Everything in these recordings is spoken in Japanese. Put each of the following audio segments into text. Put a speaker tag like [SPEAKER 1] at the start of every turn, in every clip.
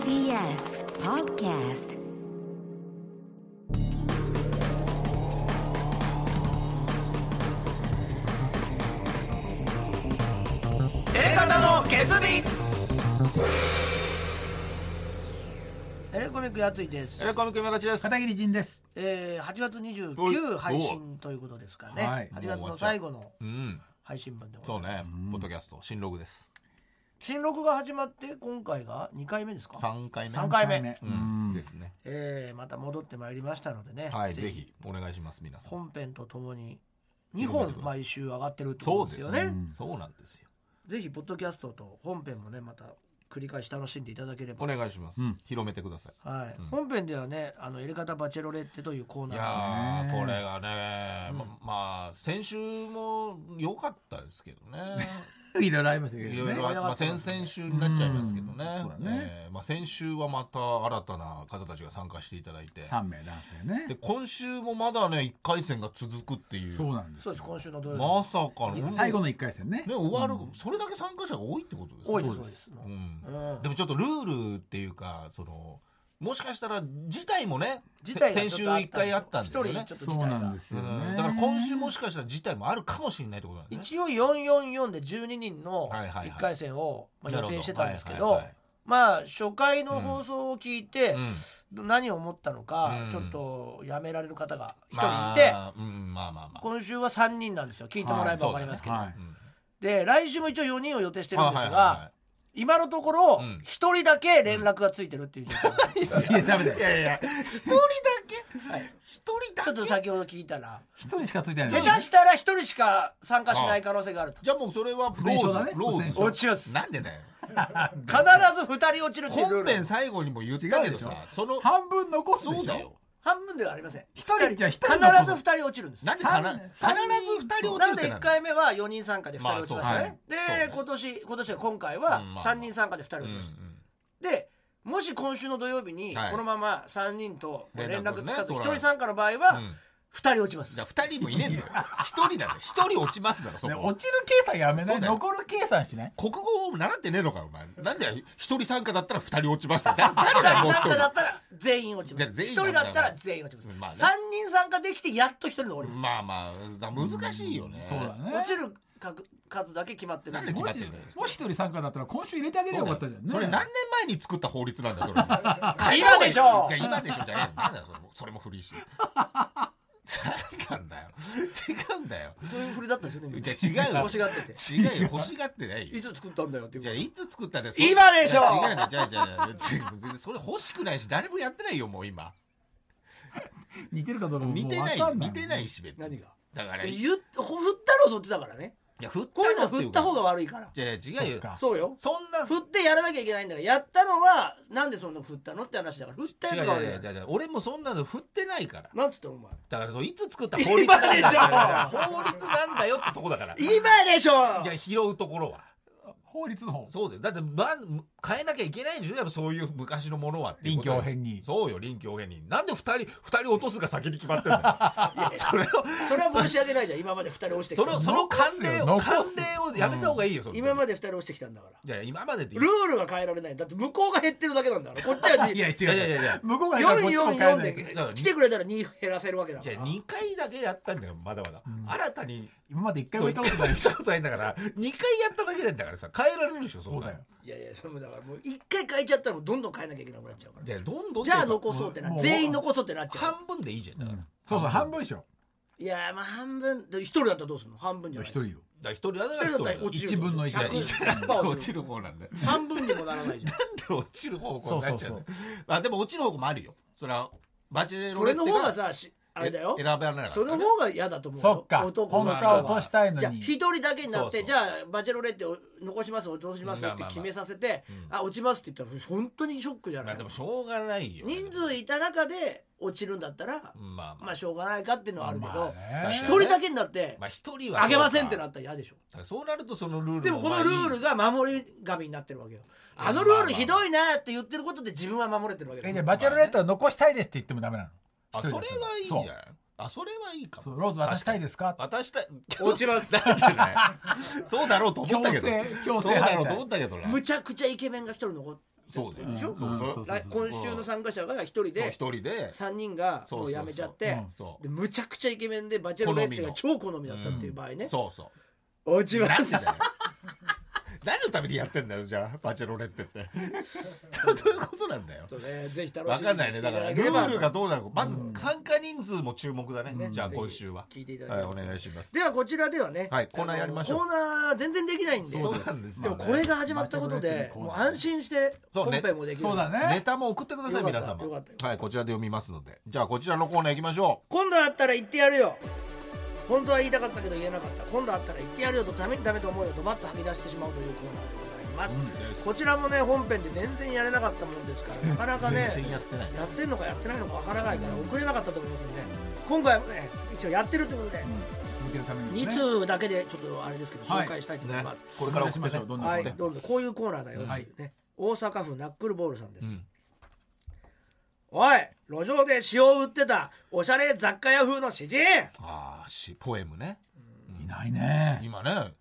[SPEAKER 1] TBS Podcast
[SPEAKER 2] エレカタの決意
[SPEAKER 3] エレコミックやついです
[SPEAKER 2] エ。レコミック今立ちです
[SPEAKER 4] 片桐仁です。
[SPEAKER 3] えー、8月29
[SPEAKER 2] おいおう
[SPEAKER 3] 配信ということですかね。
[SPEAKER 4] はい
[SPEAKER 3] 8月の最後の
[SPEAKER 2] うん
[SPEAKER 3] 配信分でござ
[SPEAKER 2] そ
[SPEAKER 3] いうます。
[SPEAKER 2] ねポッドキャスト新ログです
[SPEAKER 3] 新録が始まって今回が2回目ですか。
[SPEAKER 2] 三回目
[SPEAKER 3] 三回目
[SPEAKER 4] う
[SPEAKER 2] うん
[SPEAKER 4] ん
[SPEAKER 2] ですね
[SPEAKER 3] えーまた戻ってまいりましたのでね。
[SPEAKER 2] はいぜひお願いします皆さん
[SPEAKER 3] 本編とともに2本毎週上がってるって
[SPEAKER 2] そ
[SPEAKER 3] こ
[SPEAKER 2] う
[SPEAKER 3] と
[SPEAKER 2] で
[SPEAKER 3] ですすよ
[SPEAKER 2] よね
[SPEAKER 3] ね。
[SPEAKER 2] うんそうなんですよ
[SPEAKER 3] ぜひポッドキャストと本編もねまた繰り返し楽しんでいただけれ
[SPEAKER 2] お
[SPEAKER 3] ば。
[SPEAKER 2] 願いします広めてください
[SPEAKER 3] はい、本編ではねあのエレカタバチェロレッテというコー
[SPEAKER 2] い
[SPEAKER 3] ナーが
[SPEAKER 2] やー
[SPEAKER 4] ね
[SPEAKER 2] これがねままあ先週も良かったですけどね
[SPEAKER 4] いろいろありましたけどね。
[SPEAKER 2] いろいろあ
[SPEAKER 3] ね
[SPEAKER 2] まあ先々週になっちゃいますけど
[SPEAKER 4] うん
[SPEAKER 2] ね
[SPEAKER 4] そうだね
[SPEAKER 2] えーまあ先週はまた新たな方たちが参加していただいて
[SPEAKER 4] 三名男性
[SPEAKER 2] で
[SPEAKER 4] ね。
[SPEAKER 2] 今週もまだね一回戦が続くっていう
[SPEAKER 4] そうなんです
[SPEAKER 3] そう
[SPEAKER 4] よ。
[SPEAKER 3] です今週の土曜日、
[SPEAKER 2] まさかの
[SPEAKER 4] 最後の一回戦ね。
[SPEAKER 2] ね、終わる、それだけ参加者が多いってことですね
[SPEAKER 3] 多いです多いです
[SPEAKER 2] う
[SPEAKER 3] うんん
[SPEAKER 2] でもちょっとルールっていうかそのもしかしたら事態もね
[SPEAKER 3] 事態が
[SPEAKER 2] 先
[SPEAKER 3] ち
[SPEAKER 2] 週
[SPEAKER 3] ょっとあったんですよ
[SPEAKER 2] 一回あったんですよ
[SPEAKER 3] 一
[SPEAKER 2] ね
[SPEAKER 3] 人ちょっと
[SPEAKER 4] そうなんです
[SPEAKER 2] う
[SPEAKER 4] よね
[SPEAKER 2] ん。だから今週もしかしたら事態もあるかもしれないってことなんですね
[SPEAKER 3] 一応444で12人の
[SPEAKER 2] はいはいはい
[SPEAKER 3] 1回戦をまあ
[SPEAKER 2] な
[SPEAKER 3] 予
[SPEAKER 2] るほど
[SPEAKER 3] 定してたんですけ
[SPEAKER 2] はいは
[SPEAKER 3] ど
[SPEAKER 2] いはい
[SPEAKER 3] まあ初回の放送を聞いて
[SPEAKER 2] うん
[SPEAKER 3] 何を思ったのか
[SPEAKER 2] うん
[SPEAKER 3] ちょっとやめられる方が1人いて
[SPEAKER 2] まあうんまあまあまあ
[SPEAKER 3] 今週は3人なんですよ聞いてもらえば分かりますけど
[SPEAKER 4] はい
[SPEAKER 2] うん
[SPEAKER 3] で来週も一応4人を予定してるんです
[SPEAKER 2] はいは
[SPEAKER 3] が今のところ
[SPEAKER 2] うん
[SPEAKER 3] 1人だけ連絡がついてるっていう状況 です
[SPEAKER 4] いやダメだよ。
[SPEAKER 2] いはいいやいや一人だけ
[SPEAKER 3] はい
[SPEAKER 2] 一人だ
[SPEAKER 3] ちょ
[SPEAKER 2] け
[SPEAKER 3] っと先ほど聞いたら
[SPEAKER 4] 一人しかついてな
[SPEAKER 3] 下
[SPEAKER 4] い。
[SPEAKER 3] 手したら1人しか参加しない可能性があると
[SPEAKER 2] じゃあもうそれはロ
[SPEAKER 4] 不戦勝だ
[SPEAKER 2] ー
[SPEAKER 4] ね
[SPEAKER 2] ズロー
[SPEAKER 4] 不戦
[SPEAKER 2] ズ
[SPEAKER 4] 勝
[SPEAKER 3] 落ちます
[SPEAKER 2] なんでだよ
[SPEAKER 3] 必ず2人落ちるっていうル
[SPEAKER 2] 本
[SPEAKER 3] ー
[SPEAKER 2] 編
[SPEAKER 3] ル
[SPEAKER 2] 最後にも言ったけど
[SPEAKER 4] 違う
[SPEAKER 2] さ
[SPEAKER 4] で
[SPEAKER 2] その
[SPEAKER 4] 半分残すで
[SPEAKER 2] そう
[SPEAKER 4] し
[SPEAKER 2] だ
[SPEAKER 4] ょ
[SPEAKER 2] よ。
[SPEAKER 3] 半分ではありません
[SPEAKER 4] 一人じゃ一人
[SPEAKER 3] 必ず
[SPEAKER 4] のこと
[SPEAKER 3] 2人落ちるんです
[SPEAKER 2] なんでかな
[SPEAKER 4] 三
[SPEAKER 2] 必ず
[SPEAKER 4] 三
[SPEAKER 2] 二人落
[SPEAKER 3] な
[SPEAKER 2] ち
[SPEAKER 3] の
[SPEAKER 2] るっ
[SPEAKER 3] で
[SPEAKER 2] て
[SPEAKER 3] 1
[SPEAKER 2] な
[SPEAKER 3] 回目は4人参加で2人落ちましたね、
[SPEAKER 2] まあそうはい
[SPEAKER 3] で、
[SPEAKER 2] そうね
[SPEAKER 3] 今年今年は今回
[SPEAKER 2] う
[SPEAKER 3] は
[SPEAKER 2] んまあ
[SPEAKER 3] 3人参加で2人
[SPEAKER 2] う
[SPEAKER 3] 落
[SPEAKER 2] ん
[SPEAKER 3] ち
[SPEAKER 2] うん
[SPEAKER 3] ました、でもし今週の土曜日に
[SPEAKER 2] はい
[SPEAKER 3] このまま3人と連絡つかず
[SPEAKER 2] 連絡をね
[SPEAKER 3] 1人参加の場合
[SPEAKER 2] う
[SPEAKER 3] は
[SPEAKER 2] ん
[SPEAKER 3] 2人落ちます、
[SPEAKER 2] じゃあ二人もいねえんだよ。一人だよ。一人落ちますだろ、そ
[SPEAKER 4] ね
[SPEAKER 2] こ
[SPEAKER 4] 落。ちる計算やめな
[SPEAKER 2] そう
[SPEAKER 4] い。
[SPEAKER 2] だよ
[SPEAKER 4] 残る計算しない。
[SPEAKER 2] 国語を習ってねえのかよ、お前。なんで一人参加だったら二人落ちますって。だ誰だよ、もう
[SPEAKER 3] 3 人
[SPEAKER 2] 一
[SPEAKER 3] 参加だっ
[SPEAKER 2] 人。
[SPEAKER 3] たら全員落ちま
[SPEAKER 2] じ
[SPEAKER 3] す
[SPEAKER 2] ゃあ
[SPEAKER 3] 1
[SPEAKER 2] 全員なん
[SPEAKER 3] 人
[SPEAKER 2] だ
[SPEAKER 3] だったら全員落ち
[SPEAKER 2] まあ
[SPEAKER 3] ま
[SPEAKER 2] ね
[SPEAKER 3] す、3人参加できてやっと1人の終わりま
[SPEAKER 2] まあまあ、だ難しいよね。
[SPEAKER 4] そうだ
[SPEAKER 3] す、
[SPEAKER 4] ね。
[SPEAKER 3] 落ちる数数だけ決まってる
[SPEAKER 2] なんで決
[SPEAKER 4] も
[SPEAKER 2] まっ
[SPEAKER 4] して
[SPEAKER 2] んだよ
[SPEAKER 4] もし一人参加だったら今週入れてあげればよかったじゃんね。
[SPEAKER 2] それ何年前に作った法律なんだよ、それ。
[SPEAKER 3] 今でしょ
[SPEAKER 2] いや今でしょじゃねえのなんだよ、それもそれも古いし。なんなんだよ。違うんだよ。
[SPEAKER 3] そういう振りだったんですよね
[SPEAKER 2] いや違うよ
[SPEAKER 3] 欲しがってて
[SPEAKER 2] 違うよ、欲しがってないよ
[SPEAKER 3] い。つ作ったんだよっていう
[SPEAKER 2] じゃあいつ作ったんだよ
[SPEAKER 3] 今でしょ
[SPEAKER 2] いや違うのじゃあじゃあじゃあ別に別にそれ欲しくないし誰もやってないよもう今
[SPEAKER 4] 似てるかどうかもも
[SPEAKER 2] 似
[SPEAKER 4] う
[SPEAKER 2] て
[SPEAKER 4] わ
[SPEAKER 2] ない
[SPEAKER 4] かんない。
[SPEAKER 2] 似てないし別に
[SPEAKER 3] 何が
[SPEAKER 2] だからい
[SPEAKER 3] 言っ振ったのそっちだからね
[SPEAKER 2] や振った
[SPEAKER 3] こういうの
[SPEAKER 2] って
[SPEAKER 3] 振った方が
[SPEAKER 2] か
[SPEAKER 3] 悪いから
[SPEAKER 2] じゃあ違う
[SPEAKER 4] そ
[SPEAKER 2] よ
[SPEAKER 4] っか
[SPEAKER 3] そうよ
[SPEAKER 2] そんな
[SPEAKER 3] 振ってやらなきゃいけないんだからやったのはなんでそんな振ったのって話だから振った
[SPEAKER 2] 違
[SPEAKER 3] やつ
[SPEAKER 2] う
[SPEAKER 3] が悪い
[SPEAKER 2] 違う違う違う俺もそんなの振ってないから
[SPEAKER 3] なんつってお前
[SPEAKER 2] だからそういつ作った法律なん
[SPEAKER 3] 今
[SPEAKER 2] だよ
[SPEAKER 3] でしょ
[SPEAKER 2] だから法律なんだよってとこだからい
[SPEAKER 3] 今でしょ
[SPEAKER 2] や拾うところは
[SPEAKER 4] 法律の方。
[SPEAKER 2] そうだよだって、ま、変えなきゃいけないんでしょやっぱそういう昔のものはっていうことだよ
[SPEAKER 4] 臨機応変に
[SPEAKER 2] そうよ臨機応変になんで二人二人落とすが先に決まってんだよいやそれを
[SPEAKER 3] それは申し訳ないじゃん今まで2人落ちてき
[SPEAKER 2] その
[SPEAKER 3] た
[SPEAKER 2] その慣例を
[SPEAKER 4] 残すよ
[SPEAKER 2] 慣
[SPEAKER 4] 残す
[SPEAKER 2] 例をやめた方がいいよ、それ
[SPEAKER 3] 今まで2人落ちてきたんだから
[SPEAKER 2] いやいや今までって
[SPEAKER 3] ルールが変えられないだって向こうが減ってるだけなんだからこっちは2
[SPEAKER 4] いや違う。
[SPEAKER 2] いやいやいや
[SPEAKER 4] 向こうが減ったらこっちも変えない
[SPEAKER 3] 444
[SPEAKER 2] だから
[SPEAKER 3] で来てくれたら2減らせるわけだか
[SPEAKER 2] じゃ
[SPEAKER 3] ら
[SPEAKER 2] あ2回だけやったんだよまだまだ、新たに
[SPEAKER 4] 今まで一回
[SPEAKER 2] そ
[SPEAKER 4] も
[SPEAKER 2] う
[SPEAKER 4] 行
[SPEAKER 2] 一
[SPEAKER 4] ったことない
[SPEAKER 2] 回
[SPEAKER 4] し。
[SPEAKER 2] だから2回やっただけなんだからさ変えられるでしょそ
[SPEAKER 4] そ
[SPEAKER 2] ん
[SPEAKER 4] う
[SPEAKER 2] な
[SPEAKER 4] だ
[SPEAKER 2] の
[SPEAKER 4] よ。
[SPEAKER 3] いやいやそれもだからもう1回変えちゃったらもうどんどん変えなきゃいけなくなっちゃうから
[SPEAKER 2] じゃあどんどん
[SPEAKER 3] じゃあ
[SPEAKER 2] っていうか
[SPEAKER 3] 残そうってな
[SPEAKER 4] もう
[SPEAKER 3] 全員残そうってなっちゃう
[SPEAKER 2] 半分でいいじゃんだから、
[SPEAKER 4] そうそう半分でしょ。
[SPEAKER 3] いやーまあ半分で一人だったらどうするの半分じゃ
[SPEAKER 4] 一
[SPEAKER 3] ない
[SPEAKER 4] 人よ。
[SPEAKER 2] だから1人だ
[SPEAKER 3] 一人だったら
[SPEAKER 2] 1
[SPEAKER 3] 落ちる
[SPEAKER 4] 一分の一
[SPEAKER 2] いや
[SPEAKER 3] 100
[SPEAKER 2] 100%
[SPEAKER 3] パー
[SPEAKER 2] 落
[SPEAKER 3] 落
[SPEAKER 2] ち
[SPEAKER 3] ちる
[SPEAKER 2] る方なんだよ
[SPEAKER 3] 半分にもならないじゃ ん
[SPEAKER 2] なんで落ちる方向になっちゃう
[SPEAKER 4] そう
[SPEAKER 2] の
[SPEAKER 4] そう
[SPEAKER 2] あでも落ちる方向もあるよそれはバチェロ
[SPEAKER 3] そ
[SPEAKER 2] レ
[SPEAKER 3] れ
[SPEAKER 2] ッテ
[SPEAKER 3] の方がさしあれだよ
[SPEAKER 2] 選ばれなかった
[SPEAKER 3] その方が嫌だと思うよ
[SPEAKER 4] そっか
[SPEAKER 3] 男の
[SPEAKER 2] 本
[SPEAKER 3] 人
[SPEAKER 2] 当は
[SPEAKER 3] は
[SPEAKER 2] 落と
[SPEAKER 4] したいのに
[SPEAKER 3] じゃあ一人だけになって
[SPEAKER 2] そうそう
[SPEAKER 3] じゃあバチェロレッテを残します落としますって決めさせて、あ落ちますって言ったら本当にショックじゃ
[SPEAKER 2] ま
[SPEAKER 3] な
[SPEAKER 2] あ
[SPEAKER 3] い
[SPEAKER 2] でもしょうがないよ
[SPEAKER 3] 人数いた中で落ちるんだったら、
[SPEAKER 2] まあまあ
[SPEAKER 3] まあしょうがないかっていうのはあるけど
[SPEAKER 4] まあね
[SPEAKER 3] 一、人だけになって
[SPEAKER 2] まあ一人は
[SPEAKER 3] あげませんってな
[SPEAKER 2] だ
[SPEAKER 3] ったら嫌でしょ
[SPEAKER 2] からそうなるとそのルール
[SPEAKER 3] でもこのルールが守り神になってるわけよあのルールひどいなって言ってることで自分は守れてるわけだ
[SPEAKER 4] え
[SPEAKER 3] よ
[SPEAKER 4] じゃあバチェロレットは残したいですって言ってもダメなの。
[SPEAKER 2] あ
[SPEAKER 4] 一人
[SPEAKER 2] そ
[SPEAKER 4] だ
[SPEAKER 2] れ
[SPEAKER 4] ったら
[SPEAKER 2] はいいんじゃないあそれはいいか
[SPEAKER 4] そ
[SPEAKER 2] も
[SPEAKER 4] うそうローズ渡したいですか。
[SPEAKER 2] 渡したい
[SPEAKER 3] 落ちます
[SPEAKER 2] なんでだよそうだろうと思ったけど
[SPEAKER 4] 強制強制
[SPEAKER 2] そうだろうと思ったけどな
[SPEAKER 3] むちゃくちゃイケメンが一人残っって
[SPEAKER 2] そうだよ
[SPEAKER 3] でしょ、
[SPEAKER 4] ん
[SPEAKER 2] そうそう
[SPEAKER 4] そ
[SPEAKER 2] そう
[SPEAKER 4] う
[SPEAKER 3] 来今週の参加者が一人
[SPEAKER 2] そう
[SPEAKER 3] で
[SPEAKER 2] 一人で
[SPEAKER 3] 3人が
[SPEAKER 2] そう
[SPEAKER 3] も
[SPEAKER 2] そう
[SPEAKER 3] う
[SPEAKER 2] そう
[SPEAKER 3] 辞めちゃって
[SPEAKER 4] うん
[SPEAKER 2] そう
[SPEAKER 3] でむちゃくちゃイケメンでバチェロレッテが
[SPEAKER 2] 好
[SPEAKER 3] 超好みだったっていう場合ね、
[SPEAKER 2] そうそう
[SPEAKER 3] 落ちま
[SPEAKER 2] なん
[SPEAKER 3] す
[SPEAKER 2] でだよ何のためにやってんだよじゃあバチェロレッテって どどういうことなんだよ
[SPEAKER 3] とねぜひ楽しみに
[SPEAKER 2] わかんない
[SPEAKER 3] し
[SPEAKER 2] ね
[SPEAKER 3] て
[SPEAKER 2] だ
[SPEAKER 3] いた
[SPEAKER 2] から
[SPEAKER 3] だ
[SPEAKER 2] ル
[SPEAKER 3] ければ
[SPEAKER 2] ールがどうなるかまず参加人数も注目だね、じゃあ
[SPEAKER 3] ぜひ
[SPEAKER 2] 今週は
[SPEAKER 3] 聞いていただ
[SPEAKER 2] は
[SPEAKER 3] け
[SPEAKER 2] い
[SPEAKER 3] れば
[SPEAKER 2] お願いします
[SPEAKER 3] ではこちらではね、
[SPEAKER 2] はいコーナーやりましょう
[SPEAKER 3] あのコーナー全然できないんで
[SPEAKER 2] そうなんです
[SPEAKER 3] でもこれが始まったことで
[SPEAKER 4] まあね
[SPEAKER 3] もう安心して
[SPEAKER 2] そう
[SPEAKER 3] 本
[SPEAKER 2] ね
[SPEAKER 3] 編もできる
[SPEAKER 4] そうだ
[SPEAKER 2] ネ
[SPEAKER 4] ね
[SPEAKER 2] タも送ってくださ
[SPEAKER 3] よ
[SPEAKER 2] い
[SPEAKER 3] かった
[SPEAKER 2] 皆様
[SPEAKER 3] よかったよ
[SPEAKER 2] はいこちらで読みますのでじゃあこちらのコーナー行きましょ
[SPEAKER 3] 今度あったら言ってやるよ本当は言いたかったけど言えなかった今度あったら言ってやるよとためにダメと思うよとバッと吐き出してしまうというコーナーでございます、
[SPEAKER 2] うん
[SPEAKER 3] こちらもね本編で全然やれなかったもんですからなかな
[SPEAKER 2] う
[SPEAKER 3] かね
[SPEAKER 2] 全然やってない
[SPEAKER 3] やってんのかやってないのかわからないから送れなかったと思いますんで今回もね一応やってるということで
[SPEAKER 4] 続けるために
[SPEAKER 3] 2
[SPEAKER 4] ね
[SPEAKER 3] 通だけでちょっとあれですけど
[SPEAKER 4] はい
[SPEAKER 3] 紹介したいと思います、
[SPEAKER 2] これから送って
[SPEAKER 4] お願いしましょうどんどん
[SPEAKER 3] はい、
[SPEAKER 4] 送って
[SPEAKER 3] どんどんこういうコーナーだよっていうね、大阪府ナックルボールさんです、
[SPEAKER 2] ん
[SPEAKER 3] おい路上で塩を売ってたおしゃれ雑貨屋風の詩人
[SPEAKER 2] ああしポエムね
[SPEAKER 4] いないね
[SPEAKER 2] 今ね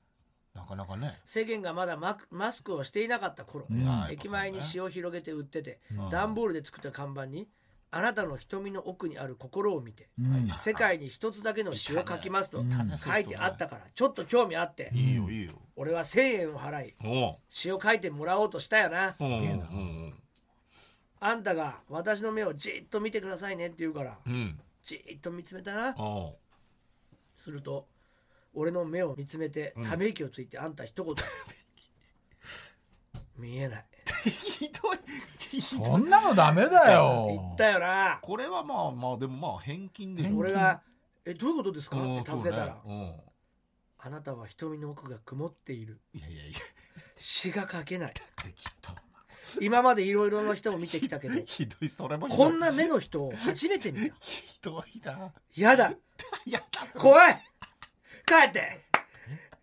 [SPEAKER 2] なかなかね
[SPEAKER 3] 世間がまだマクマスクをしていなかった頃、
[SPEAKER 4] ん
[SPEAKER 3] 駅前に
[SPEAKER 2] し
[SPEAKER 3] 詩を広げて売ってて段、ボールで作った看板に「あなたの瞳の奥にある心を見て
[SPEAKER 4] うん
[SPEAKER 3] 世界に一つだけの詩を書きます」と
[SPEAKER 2] いたね
[SPEAKER 3] 書いてあったからちょっと興味あって
[SPEAKER 2] いいよいいよ
[SPEAKER 3] 俺は1,000円を払い
[SPEAKER 2] おう
[SPEAKER 3] 詩を書いてもらおうとしたよな
[SPEAKER 2] うんうん
[SPEAKER 3] あんたが私の目をじっと見てくださいねって言うから
[SPEAKER 2] うんうん
[SPEAKER 3] じっと見つめたな
[SPEAKER 2] おう
[SPEAKER 3] すると俺の目を見つめてため息をついてあんた 一言「見えない」
[SPEAKER 2] ひどいひどい
[SPEAKER 4] そんなのダメだよ
[SPEAKER 3] 言ったよな
[SPEAKER 2] これはまあまあでもまあ返金でしょ
[SPEAKER 3] 俺が「えどういうことですか?」
[SPEAKER 2] うん
[SPEAKER 3] って尋ねたら
[SPEAKER 2] そうね
[SPEAKER 3] 「あなたは瞳の奥が曇っている
[SPEAKER 2] うんいやいやいや
[SPEAKER 3] 詩が書けない
[SPEAKER 2] あれきっと
[SPEAKER 3] 今までいろいろな人を見てきたけ ど
[SPEAKER 2] ひどいそれもひどい
[SPEAKER 3] こんな目の人を初めて見た
[SPEAKER 2] ひどいな
[SPEAKER 3] やだ
[SPEAKER 2] いやだ
[SPEAKER 3] 怖い帰って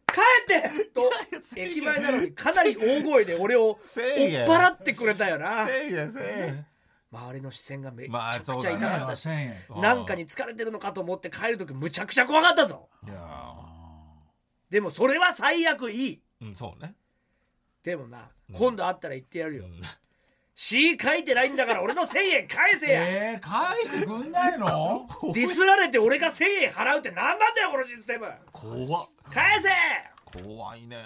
[SPEAKER 3] 帰って と 駅前なのにかなり大声で俺を追っ払ってくれたよな
[SPEAKER 2] せいやせいや
[SPEAKER 3] 周りの視線がめち
[SPEAKER 2] まあ
[SPEAKER 3] ゃくちゃ
[SPEAKER 2] そう
[SPEAKER 3] 痛
[SPEAKER 2] だね
[SPEAKER 3] かったし、
[SPEAKER 4] 1000円
[SPEAKER 3] なんかに疲れてるのかと思って帰る時むちゃくちゃ怖かったぞ
[SPEAKER 2] いや
[SPEAKER 3] でもそれは最悪いい
[SPEAKER 2] うんそうね
[SPEAKER 3] でもな、
[SPEAKER 2] うん
[SPEAKER 3] 今度会ったら言ってやる
[SPEAKER 2] う
[SPEAKER 3] よ
[SPEAKER 2] ん
[SPEAKER 3] 詩書いてないんだから俺の1000円返せや、
[SPEAKER 4] えー、返してくんないの
[SPEAKER 3] ディスられて俺が1000円払うって何なんだよこのシステム
[SPEAKER 2] 怖っ
[SPEAKER 3] 返せ
[SPEAKER 2] 怖いね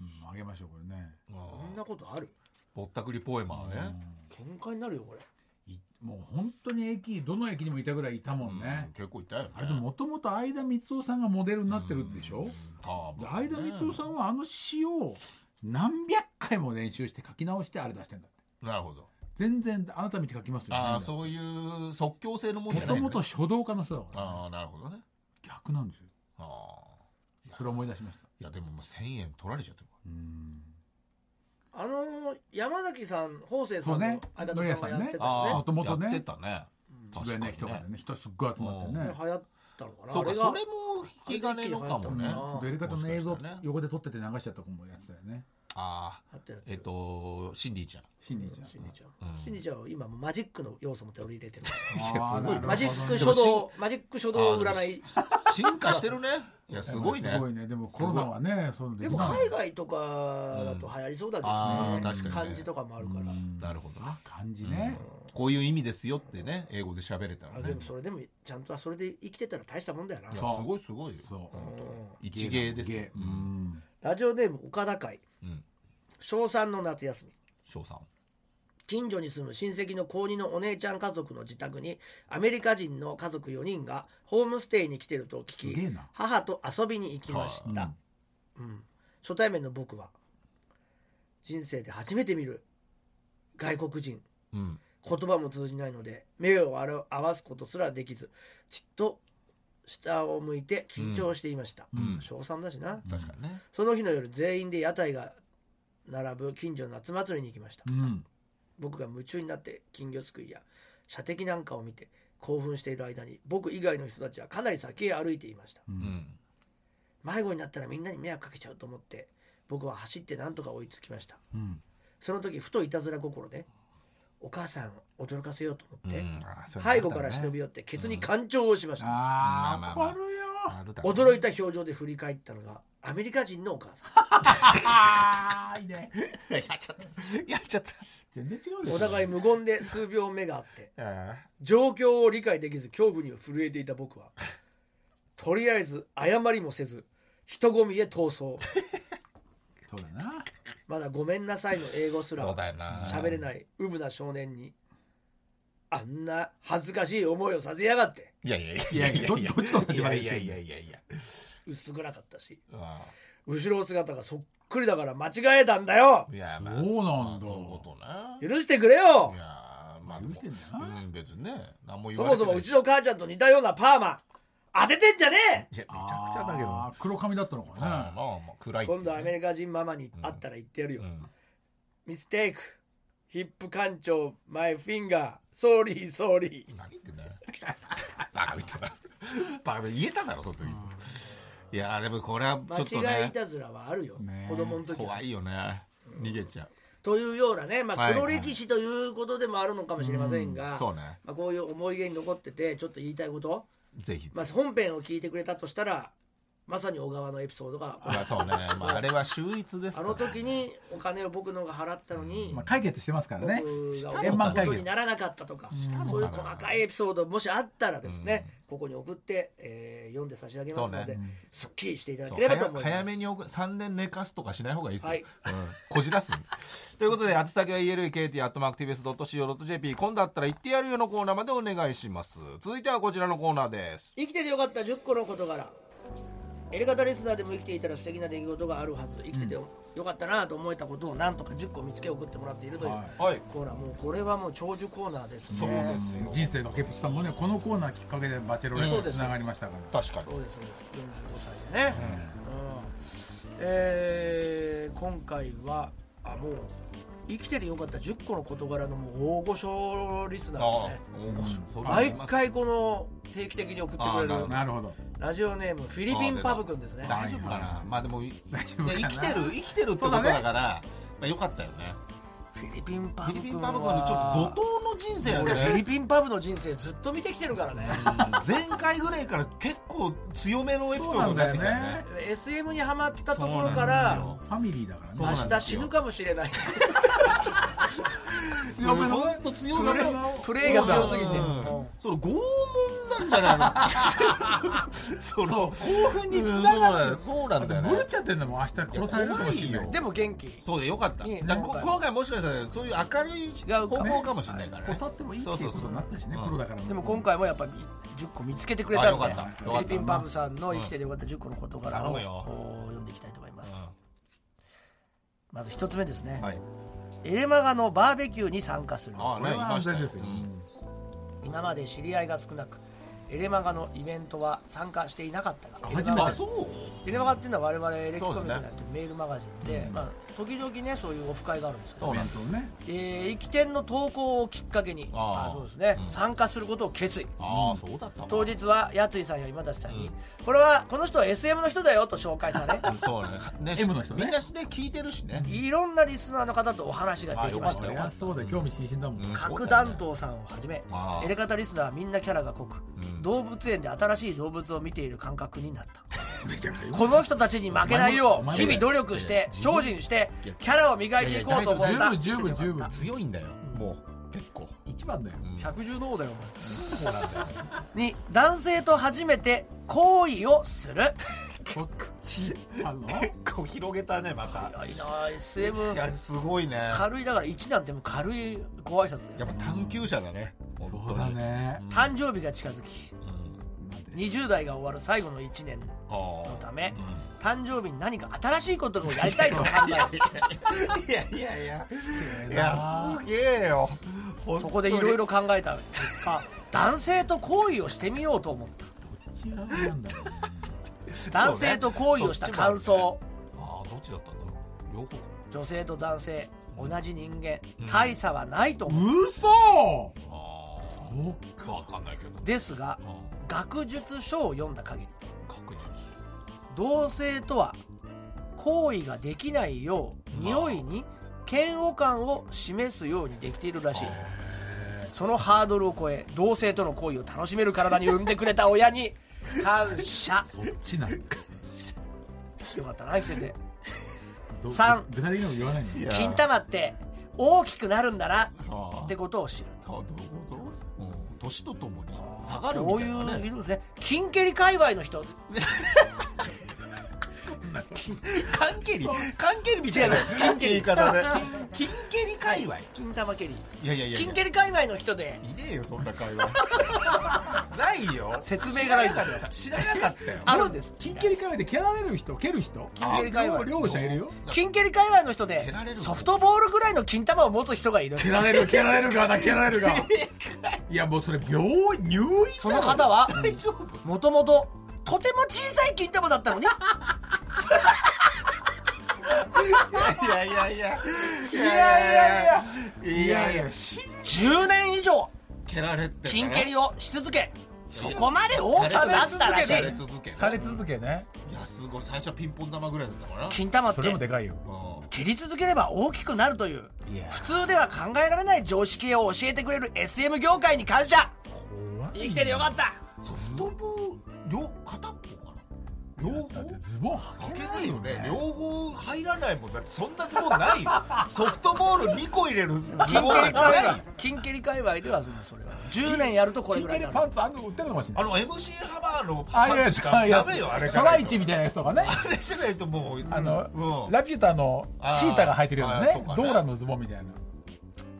[SPEAKER 4] うんあげましょうこれね
[SPEAKER 2] う
[SPEAKER 3] こん
[SPEAKER 2] ん
[SPEAKER 3] なことある
[SPEAKER 2] ぼったくりポエマーね
[SPEAKER 3] 喧嘩になるよこれ
[SPEAKER 4] いもう本当に駅どの駅にもいたぐらいいたもんね
[SPEAKER 2] うん、結構いたよね
[SPEAKER 4] あれでももともと相田光雄さんがモデルになってるでしょ、
[SPEAKER 2] 多分
[SPEAKER 4] で
[SPEAKER 2] ね
[SPEAKER 4] 相田光雄さんはあの詩を何百回も練習して書き直してあれ出してんだって
[SPEAKER 2] なるほど
[SPEAKER 4] 全然あなた見て書きますよ
[SPEAKER 2] ああそういう即興性のもんじ
[SPEAKER 4] も
[SPEAKER 2] ゃな
[SPEAKER 4] と
[SPEAKER 2] いん
[SPEAKER 4] も
[SPEAKER 2] だ
[SPEAKER 4] と書道家の人だから、
[SPEAKER 2] ああなるほどね
[SPEAKER 4] 逆なんですよ
[SPEAKER 2] ああ
[SPEAKER 4] それを思い出しました
[SPEAKER 2] いやでももう1000円取られちゃってる
[SPEAKER 4] うん
[SPEAKER 3] あのー山崎さん方正さん
[SPEAKER 4] そ
[SPEAKER 3] の
[SPEAKER 4] うね
[SPEAKER 3] 相方さんがやってた
[SPEAKER 4] あ
[SPEAKER 3] よ
[SPEAKER 4] もともとね
[SPEAKER 2] やってたね
[SPEAKER 4] 渋谷ね人がね人すっごい集まって
[SPEAKER 3] ね
[SPEAKER 4] ね
[SPEAKER 3] ね流行ったのかな
[SPEAKER 2] そうか
[SPEAKER 3] あれ
[SPEAKER 2] そ
[SPEAKER 3] が
[SPEAKER 2] れも引き金のかもね
[SPEAKER 3] う
[SPEAKER 4] ね
[SPEAKER 3] ん
[SPEAKER 4] やり方の映
[SPEAKER 2] も
[SPEAKER 4] 像
[SPEAKER 2] しかしたらね
[SPEAKER 4] 横で撮ってて流しちゃった子もやってたよね
[SPEAKER 2] ああ
[SPEAKER 3] あったよ
[SPEAKER 2] えっとシンディちゃん
[SPEAKER 4] シンディちゃん
[SPEAKER 3] しんにちゃん
[SPEAKER 2] うん
[SPEAKER 3] しんにちゃんは今もうマジックの要素も取り入れてる
[SPEAKER 4] あー
[SPEAKER 2] すごい
[SPEAKER 4] なるほどね
[SPEAKER 3] マジック書
[SPEAKER 2] 書
[SPEAKER 3] 道
[SPEAKER 2] 道
[SPEAKER 3] マジック書道占い
[SPEAKER 2] 進化してるねいやすごいね
[SPEAKER 4] すごいねでもコロナはねそういうの
[SPEAKER 3] で
[SPEAKER 4] き
[SPEAKER 3] も
[SPEAKER 4] ない
[SPEAKER 3] 海外とかだと流行りそうだけど
[SPEAKER 2] う
[SPEAKER 3] ね
[SPEAKER 2] んあー確かにね
[SPEAKER 3] 漢字とかもあるから
[SPEAKER 2] なるほどね
[SPEAKER 4] あ感じね、
[SPEAKER 2] こういう意味ですよってね英語で喋れたら
[SPEAKER 3] あ
[SPEAKER 2] ね
[SPEAKER 3] でもそれでもちゃんとそれで生きてたら大したもんだよない
[SPEAKER 2] や
[SPEAKER 4] そう
[SPEAKER 2] すごいすごいよ
[SPEAKER 4] そう
[SPEAKER 2] 一芸ですよ
[SPEAKER 4] 芸うん
[SPEAKER 3] ラジオネーム岡田会
[SPEAKER 2] うん
[SPEAKER 3] 小3の夏休み
[SPEAKER 2] 翔さん
[SPEAKER 3] 近所に住む親戚の高2のお姉ちゃん家族の自宅にアメリカ人の家族4人がホームステイに来てると聞
[SPEAKER 4] すげえ
[SPEAKER 3] き
[SPEAKER 4] な
[SPEAKER 3] 母と遊びに行きました、
[SPEAKER 4] は
[SPEAKER 3] うん初対面の僕は人生で初めて見る外国人
[SPEAKER 2] うん
[SPEAKER 3] 言葉も通じないので目を合わすことすらできずじっと下を向いて緊張していました、
[SPEAKER 2] ん
[SPEAKER 3] 小3だしな、
[SPEAKER 2] 確かにね
[SPEAKER 3] その日の夜全員で屋台が並ぶ近所の夏祭りに行きました
[SPEAKER 4] うん
[SPEAKER 3] 僕が夢中になって金魚すくいや射的なんかを見て興奮している間に僕以外の人たちはかなり先へ歩いていました
[SPEAKER 2] うん
[SPEAKER 3] 迷子になったらみんなに迷惑かけちゃうと思って僕は走ってなんとか追いつきました
[SPEAKER 4] うん
[SPEAKER 3] その時ふといたずら心でお母さんを驚かせようと思って、
[SPEAKER 2] うんあーそういうのあ
[SPEAKER 3] 背
[SPEAKER 2] る
[SPEAKER 3] 後
[SPEAKER 2] だ
[SPEAKER 3] から忍び
[SPEAKER 2] ね
[SPEAKER 3] 寄ってケツに感情をしました、
[SPEAKER 4] あ
[SPEAKER 2] まあまあ
[SPEAKER 4] あ
[SPEAKER 2] まあ
[SPEAKER 4] わかるよ
[SPEAKER 2] あるだろうね
[SPEAKER 3] 驚いた表情で振り返ったのがア メリカ人のお母さん
[SPEAKER 4] あーいいね
[SPEAKER 2] やっちゃったやっちゃった
[SPEAKER 4] 全然違うでしょ
[SPEAKER 3] お互い無言で数秒目があって
[SPEAKER 2] あ
[SPEAKER 3] 状況を理解できず恐怖に震えていた僕は とりあえず謝りもせず人混みへ逃走
[SPEAKER 4] そうだな
[SPEAKER 3] まだ「ごめんなさい」の英語す
[SPEAKER 2] あそう
[SPEAKER 3] ら
[SPEAKER 2] だよな
[SPEAKER 3] 喋れないウブな少年にあんな恥ずかしい思いをさせやがって
[SPEAKER 2] いやいやい
[SPEAKER 4] いやいやどどっちの立場で
[SPEAKER 2] い
[SPEAKER 4] 言
[SPEAKER 2] や
[SPEAKER 4] ってんの
[SPEAKER 2] いやいやいや
[SPEAKER 3] 薄暗かったし
[SPEAKER 2] う
[SPEAKER 3] 後ろ姿がそっくりだから間違えたんだよ
[SPEAKER 2] んいやまあ
[SPEAKER 4] そうなんだ
[SPEAKER 2] そういうことね
[SPEAKER 3] 許してくれよ
[SPEAKER 2] いやまあ
[SPEAKER 4] 許してんだな
[SPEAKER 2] うん別にね何も言
[SPEAKER 3] そ
[SPEAKER 2] われ
[SPEAKER 3] も
[SPEAKER 2] て
[SPEAKER 3] そ
[SPEAKER 2] ない
[SPEAKER 3] もうちの母ちゃんと似たようなパーマ当ててんじゃねえ
[SPEAKER 2] いやめちゃくちゃだけど
[SPEAKER 4] あー黒髪だったのか
[SPEAKER 2] まあ
[SPEAKER 4] な
[SPEAKER 2] まあまあ暗いっていう
[SPEAKER 3] 今
[SPEAKER 2] ね
[SPEAKER 3] 度アメリカ人ママに会ったら言ってやるよ、
[SPEAKER 2] うん
[SPEAKER 3] ミステイクヒップ館長マイフィンガーソーリーソーリー
[SPEAKER 2] 何言ってんだよ バカみたいなバカみたいな言えただろその時いやでもこれはちょっと
[SPEAKER 3] 間違い
[SPEAKER 2] ね
[SPEAKER 3] いたずらはあるよ、
[SPEAKER 4] ねえ
[SPEAKER 3] 子供の時は
[SPEAKER 2] 怖いよね逃げちゃ
[SPEAKER 3] というようなね、ま
[SPEAKER 2] は
[SPEAKER 3] あ、
[SPEAKER 2] い
[SPEAKER 3] 黒歴史ということでもあるのかもしれませんが、
[SPEAKER 2] うそうね
[SPEAKER 3] まあ、こういう思い出に残っててちょっと言いたいこと、
[SPEAKER 2] ぜひ
[SPEAKER 3] まあ、本編を聞いてくれたとしたらまさに小川のエピソードが
[SPEAKER 2] まあそうねまああれは秀逸です
[SPEAKER 3] あ
[SPEAKER 2] から
[SPEAKER 3] の時にお金を僕のが払ったのに、
[SPEAKER 4] まあ解決してますからね
[SPEAKER 3] 僕が
[SPEAKER 4] 円
[SPEAKER 3] 思った
[SPEAKER 4] 満
[SPEAKER 3] こ
[SPEAKER 4] 解
[SPEAKER 3] と
[SPEAKER 4] 決
[SPEAKER 3] にならなかったとか
[SPEAKER 4] のかな
[SPEAKER 3] そういう細かいエピソードもしあったらですね、ここに送って、えー読んで差し上げますので、
[SPEAKER 2] そう
[SPEAKER 3] すっきりしていただ
[SPEAKER 2] そ
[SPEAKER 3] けれ
[SPEAKER 2] う
[SPEAKER 3] ばと
[SPEAKER 2] 早
[SPEAKER 3] 思います
[SPEAKER 2] 早めに送る3年寝かすとかしない方がいいですよ、
[SPEAKER 3] はい
[SPEAKER 2] うん、こじらすということで 宛先は elkt.mactvs.co.jp 今度あったら言ってやるよのコーナーまでお願いします続いてはこちらのコーナーです
[SPEAKER 3] 生きててよかった10個の事柄エレガタリスナーでも生きていたら素敵な出来事があるはず生きててよかったなと思えたことを何とか10個見つけ送ってもらっているという、
[SPEAKER 4] はい
[SPEAKER 2] はい
[SPEAKER 3] コーナーもうこれはもう長寿コーナーですね
[SPEAKER 2] そうですよ
[SPEAKER 4] 人生崖っぷちさんもねこのコーナーきっかけでバチェロレ
[SPEAKER 3] そ
[SPEAKER 4] に
[SPEAKER 3] うです
[SPEAKER 4] つながりましたから
[SPEAKER 2] 確かに
[SPEAKER 3] そうですそうです45歳でね、うんえー今回はあもう生きててよかった10個の事柄のもう大御所リスナーですね
[SPEAKER 2] ああ
[SPEAKER 3] 毎回この定期的に送ってくれ
[SPEAKER 2] あー
[SPEAKER 3] る
[SPEAKER 4] なるほど
[SPEAKER 3] ラジオネームフィリピンパブくんですね
[SPEAKER 2] 大丈夫かなまあでもい
[SPEAKER 4] 大丈夫かな
[SPEAKER 2] 生きてる生きてるってことだからまあよかったよね
[SPEAKER 3] フィリピンパ
[SPEAKER 2] フ
[SPEAKER 3] ブ
[SPEAKER 2] ィ
[SPEAKER 3] 君
[SPEAKER 2] リ
[SPEAKER 3] は
[SPEAKER 2] ピンパブ君のちょっと怒涛の人生や
[SPEAKER 3] 俺フィ
[SPEAKER 2] ね
[SPEAKER 3] リピンパブの人生ずっと見てきてるからね
[SPEAKER 2] 前回ぐらいから結構強めのエピソードになってきた よね
[SPEAKER 3] SM にはまったところ
[SPEAKER 2] そ
[SPEAKER 3] か
[SPEAKER 2] うなん
[SPEAKER 3] ら
[SPEAKER 2] ですよ
[SPEAKER 4] ファミリーだから
[SPEAKER 2] そう
[SPEAKER 4] ね
[SPEAKER 3] 明
[SPEAKER 2] なんですよ
[SPEAKER 3] 日死ぬかもしれない
[SPEAKER 4] 強めの
[SPEAKER 2] ほんと強め
[SPEAKER 3] プレ
[SPEAKER 2] の
[SPEAKER 3] ープレイが強すぎて
[SPEAKER 2] うん
[SPEAKER 3] うん
[SPEAKER 2] その拷問なんじゃないのそ
[SPEAKER 4] そう興奮につ
[SPEAKER 2] うん
[SPEAKER 4] ながる
[SPEAKER 2] そうなんだよね
[SPEAKER 4] ぶれちゃってんのも明日殺されるかもしれない
[SPEAKER 2] いや怖いよ
[SPEAKER 3] でも元気
[SPEAKER 2] そうでよかった
[SPEAKER 3] いいね
[SPEAKER 2] だからこ今回もしかしたらそういう明るい方向かもしれないからね
[SPEAKER 4] こたってもいいっていうことになったし
[SPEAKER 2] そうそう
[SPEAKER 4] ね
[SPEAKER 2] そう
[SPEAKER 4] プロだから
[SPEAKER 3] でも今回もやっぱり10個見つけてくれたんで
[SPEAKER 2] あよかった
[SPEAKER 3] フィリピンパブさんの生きててよかった10個の事柄を
[SPEAKER 2] 頼むよ
[SPEAKER 3] こう読んでいきたいと思います
[SPEAKER 2] う
[SPEAKER 3] まず1つ目ですね
[SPEAKER 2] んはい
[SPEAKER 3] エレマガのバーベキューに参加する
[SPEAKER 2] ああ
[SPEAKER 4] これは安全ですよ
[SPEAKER 2] うん
[SPEAKER 3] 今まで知り合いが少なくエレマガのイベントは参加していなかったが
[SPEAKER 4] 初
[SPEAKER 3] エ
[SPEAKER 4] めて
[SPEAKER 3] レマガ
[SPEAKER 2] あそう
[SPEAKER 3] エレマガっていうのは我々エレキコミュ
[SPEAKER 2] そう
[SPEAKER 3] ニティにな
[SPEAKER 2] ですね
[SPEAKER 3] ってるメールマガジンでまあ、時々ねそういうオフ会があるんですけ
[SPEAKER 2] そ
[SPEAKER 3] ど
[SPEAKER 2] う、なん
[SPEAKER 4] 弁
[SPEAKER 2] です
[SPEAKER 4] 当ね
[SPEAKER 3] えー、駅店の投稿をきっかけに
[SPEAKER 2] あ
[SPEAKER 3] あ
[SPEAKER 2] ー
[SPEAKER 3] ーそうですね、
[SPEAKER 2] うん
[SPEAKER 3] 参加することを決意
[SPEAKER 2] ああそうだったわ
[SPEAKER 3] 当日はやついさんや今立さんに、
[SPEAKER 2] うん
[SPEAKER 3] これはこの人は SM の人だよと紹介され
[SPEAKER 2] うんそうねね
[SPEAKER 4] M の人ね
[SPEAKER 2] みんなね聞いてるしね
[SPEAKER 3] いろんなリスナーの方とお話ができまし
[SPEAKER 2] あ
[SPEAKER 3] た
[SPEAKER 2] よ
[SPEAKER 4] そ
[SPEAKER 2] か
[SPEAKER 4] り
[SPEAKER 2] った
[SPEAKER 4] ゃそうだよ興味津々だも
[SPEAKER 2] うんん
[SPEAKER 3] 核弾頭さんをはじめ
[SPEAKER 2] あー
[SPEAKER 3] エレカタリスナーはみんなキャラが濃く、
[SPEAKER 2] うん
[SPEAKER 3] 動物園で新しい動物を見ている感覚になった
[SPEAKER 4] めちゃくちゃ
[SPEAKER 3] この人たちに負けないよ
[SPEAKER 4] お前
[SPEAKER 3] う
[SPEAKER 4] も
[SPEAKER 3] 日々努力して精進して
[SPEAKER 2] いや
[SPEAKER 3] キャラを磨いていこうと思っ
[SPEAKER 2] いやい
[SPEAKER 3] た
[SPEAKER 2] や
[SPEAKER 4] 大丈夫十分十分十分
[SPEAKER 2] 強いんだよもう結構
[SPEAKER 4] 一番だよ
[SPEAKER 3] 百獣の王だよ
[SPEAKER 2] そうなんだよ
[SPEAKER 3] お前に男性と初めて行為をする
[SPEAKER 4] こっちあの
[SPEAKER 2] 結構広げたねまた
[SPEAKER 3] いいな SM
[SPEAKER 2] いやすごいね
[SPEAKER 3] 軽いだから1なんてもう軽いご挨拶だよ
[SPEAKER 2] やっぱ探求者だね本当
[SPEAKER 4] そう
[SPEAKER 2] に
[SPEAKER 4] だね
[SPEAKER 3] 誕生日が近づき
[SPEAKER 2] うん
[SPEAKER 3] 20代が終わる最後の1年
[SPEAKER 2] あー
[SPEAKER 3] の ため
[SPEAKER 2] うん
[SPEAKER 3] 誕生日に何か新しいことをやりたいと考え
[SPEAKER 2] いやいやいやいやすげえよ
[SPEAKER 3] そこでいろいろ考えた結果男性と行為をしてみようと思っ
[SPEAKER 4] 違うなんだよね
[SPEAKER 3] た男性と行為をした感想
[SPEAKER 2] ああどっちだったんだろう両方か
[SPEAKER 3] 女性と男性同じ人間
[SPEAKER 2] うん
[SPEAKER 3] 大差はないと思う
[SPEAKER 4] 嘘
[SPEAKER 2] あ
[SPEAKER 4] そ
[SPEAKER 2] あ分かんないけど
[SPEAKER 3] ですが
[SPEAKER 2] うん
[SPEAKER 3] 学術書を読んだ限り
[SPEAKER 2] 確実
[SPEAKER 3] 同性とは行為ができないよう匂いに嫌悪感を示すようにできているらしいそのハードルを超え同性との行為を楽しめる体に産んでくれた親 に感謝
[SPEAKER 4] っちなんだよ
[SPEAKER 3] よかったな生きてて
[SPEAKER 4] ど
[SPEAKER 3] 三
[SPEAKER 4] 具体的にも言わないの
[SPEAKER 2] いや
[SPEAKER 3] 金玉って大きくなるんだな
[SPEAKER 2] あ
[SPEAKER 3] ってことを知る
[SPEAKER 2] あどういうこと、うん、年とともに下がるみ
[SPEAKER 3] こう
[SPEAKER 2] た
[SPEAKER 3] い
[SPEAKER 2] いな、ね、
[SPEAKER 3] ういるんですね金蹴り界隈の 人
[SPEAKER 2] 関係に関係にみたいな関係言い方で金蹴り界隈い
[SPEAKER 3] 金玉蹴り
[SPEAKER 2] やいやいやい
[SPEAKER 3] 金
[SPEAKER 2] や
[SPEAKER 3] 蹴り界隈の人で
[SPEAKER 2] いねえよそんな会 話ないよ
[SPEAKER 3] 説明がないんですよ
[SPEAKER 2] 知らなかったよ
[SPEAKER 3] あるんです
[SPEAKER 4] 金蹴りからで蹴られる人蹴る人
[SPEAKER 3] 金蹴り界隈
[SPEAKER 4] 両者いるよ
[SPEAKER 3] 金蹴り界隈の人で
[SPEAKER 2] 蹴られるの
[SPEAKER 3] ソフトボールぐらいの金玉を持つ人がいる
[SPEAKER 4] 蹴られる蹴られる側だ蹴られる側いやもうそれ病院入院だよ
[SPEAKER 3] その方は
[SPEAKER 2] 大丈夫
[SPEAKER 3] もともととても小さい金玉だったのに
[SPEAKER 2] いやいやいやい
[SPEAKER 4] いや
[SPEAKER 2] やいや
[SPEAKER 4] い
[SPEAKER 2] いや
[SPEAKER 4] や
[SPEAKER 2] い
[SPEAKER 4] い
[SPEAKER 2] や
[SPEAKER 4] やしん
[SPEAKER 3] 10年以上
[SPEAKER 2] 蹴られて
[SPEAKER 3] 金蹴り
[SPEAKER 2] を
[SPEAKER 3] をし続けそこまで大きくなったらしい
[SPEAKER 2] され続け
[SPEAKER 4] さ
[SPEAKER 2] ね
[SPEAKER 4] れ続けね
[SPEAKER 2] いやすごい最初はピンポン玉ぐらいだったから
[SPEAKER 3] 金玉って
[SPEAKER 4] それもでかいよ
[SPEAKER 2] う
[SPEAKER 3] 蹴り続ければ大きくなるという
[SPEAKER 4] いや
[SPEAKER 3] 普通では考えられない常識を教えてくれる SM 業界に感謝
[SPEAKER 4] 怖い
[SPEAKER 3] 生きててよかった
[SPEAKER 2] んソフトボール両片っぽかな両
[SPEAKER 4] だって
[SPEAKER 2] 方
[SPEAKER 4] ズボン
[SPEAKER 2] 開
[SPEAKER 4] 履
[SPEAKER 2] け
[SPEAKER 4] け
[SPEAKER 2] な
[SPEAKER 4] ないい
[SPEAKER 2] よ
[SPEAKER 4] よ
[SPEAKER 2] ね
[SPEAKER 4] ね
[SPEAKER 2] 両方入らないもんだってそんなズボンないよ ソフトボール2個入れるズボン
[SPEAKER 3] 金蹴り界
[SPEAKER 2] ない
[SPEAKER 3] 隈
[SPEAKER 2] よ
[SPEAKER 3] 金蹴り界隈ではそのそれは10年やるとこれ
[SPEAKER 4] 金
[SPEAKER 3] ぐら
[SPEAKER 4] 蹴
[SPEAKER 3] いに
[SPEAKER 4] り
[SPEAKER 3] な
[SPEAKER 4] パ
[SPEAKER 3] る
[SPEAKER 4] ンツあんの売ってるのかもしれな
[SPEAKER 2] あ
[SPEAKER 4] い
[SPEAKER 2] の MC ハマーの
[SPEAKER 4] あ
[SPEAKER 2] パンツしか
[SPEAKER 4] いや
[SPEAKER 2] ダメよあれじ
[SPEAKER 4] ト
[SPEAKER 2] ゃな
[SPEAKER 4] ラ
[SPEAKER 2] い
[SPEAKER 4] イ
[SPEAKER 2] と
[SPEAKER 4] チみたいなやつとかね
[SPEAKER 2] あれじゃないともう
[SPEAKER 4] あの、
[SPEAKER 2] うん
[SPEAKER 4] ラピュタのシータが履いてるような
[SPEAKER 2] あー
[SPEAKER 4] ね
[SPEAKER 2] とかね
[SPEAKER 4] ドーラのズボンみたいな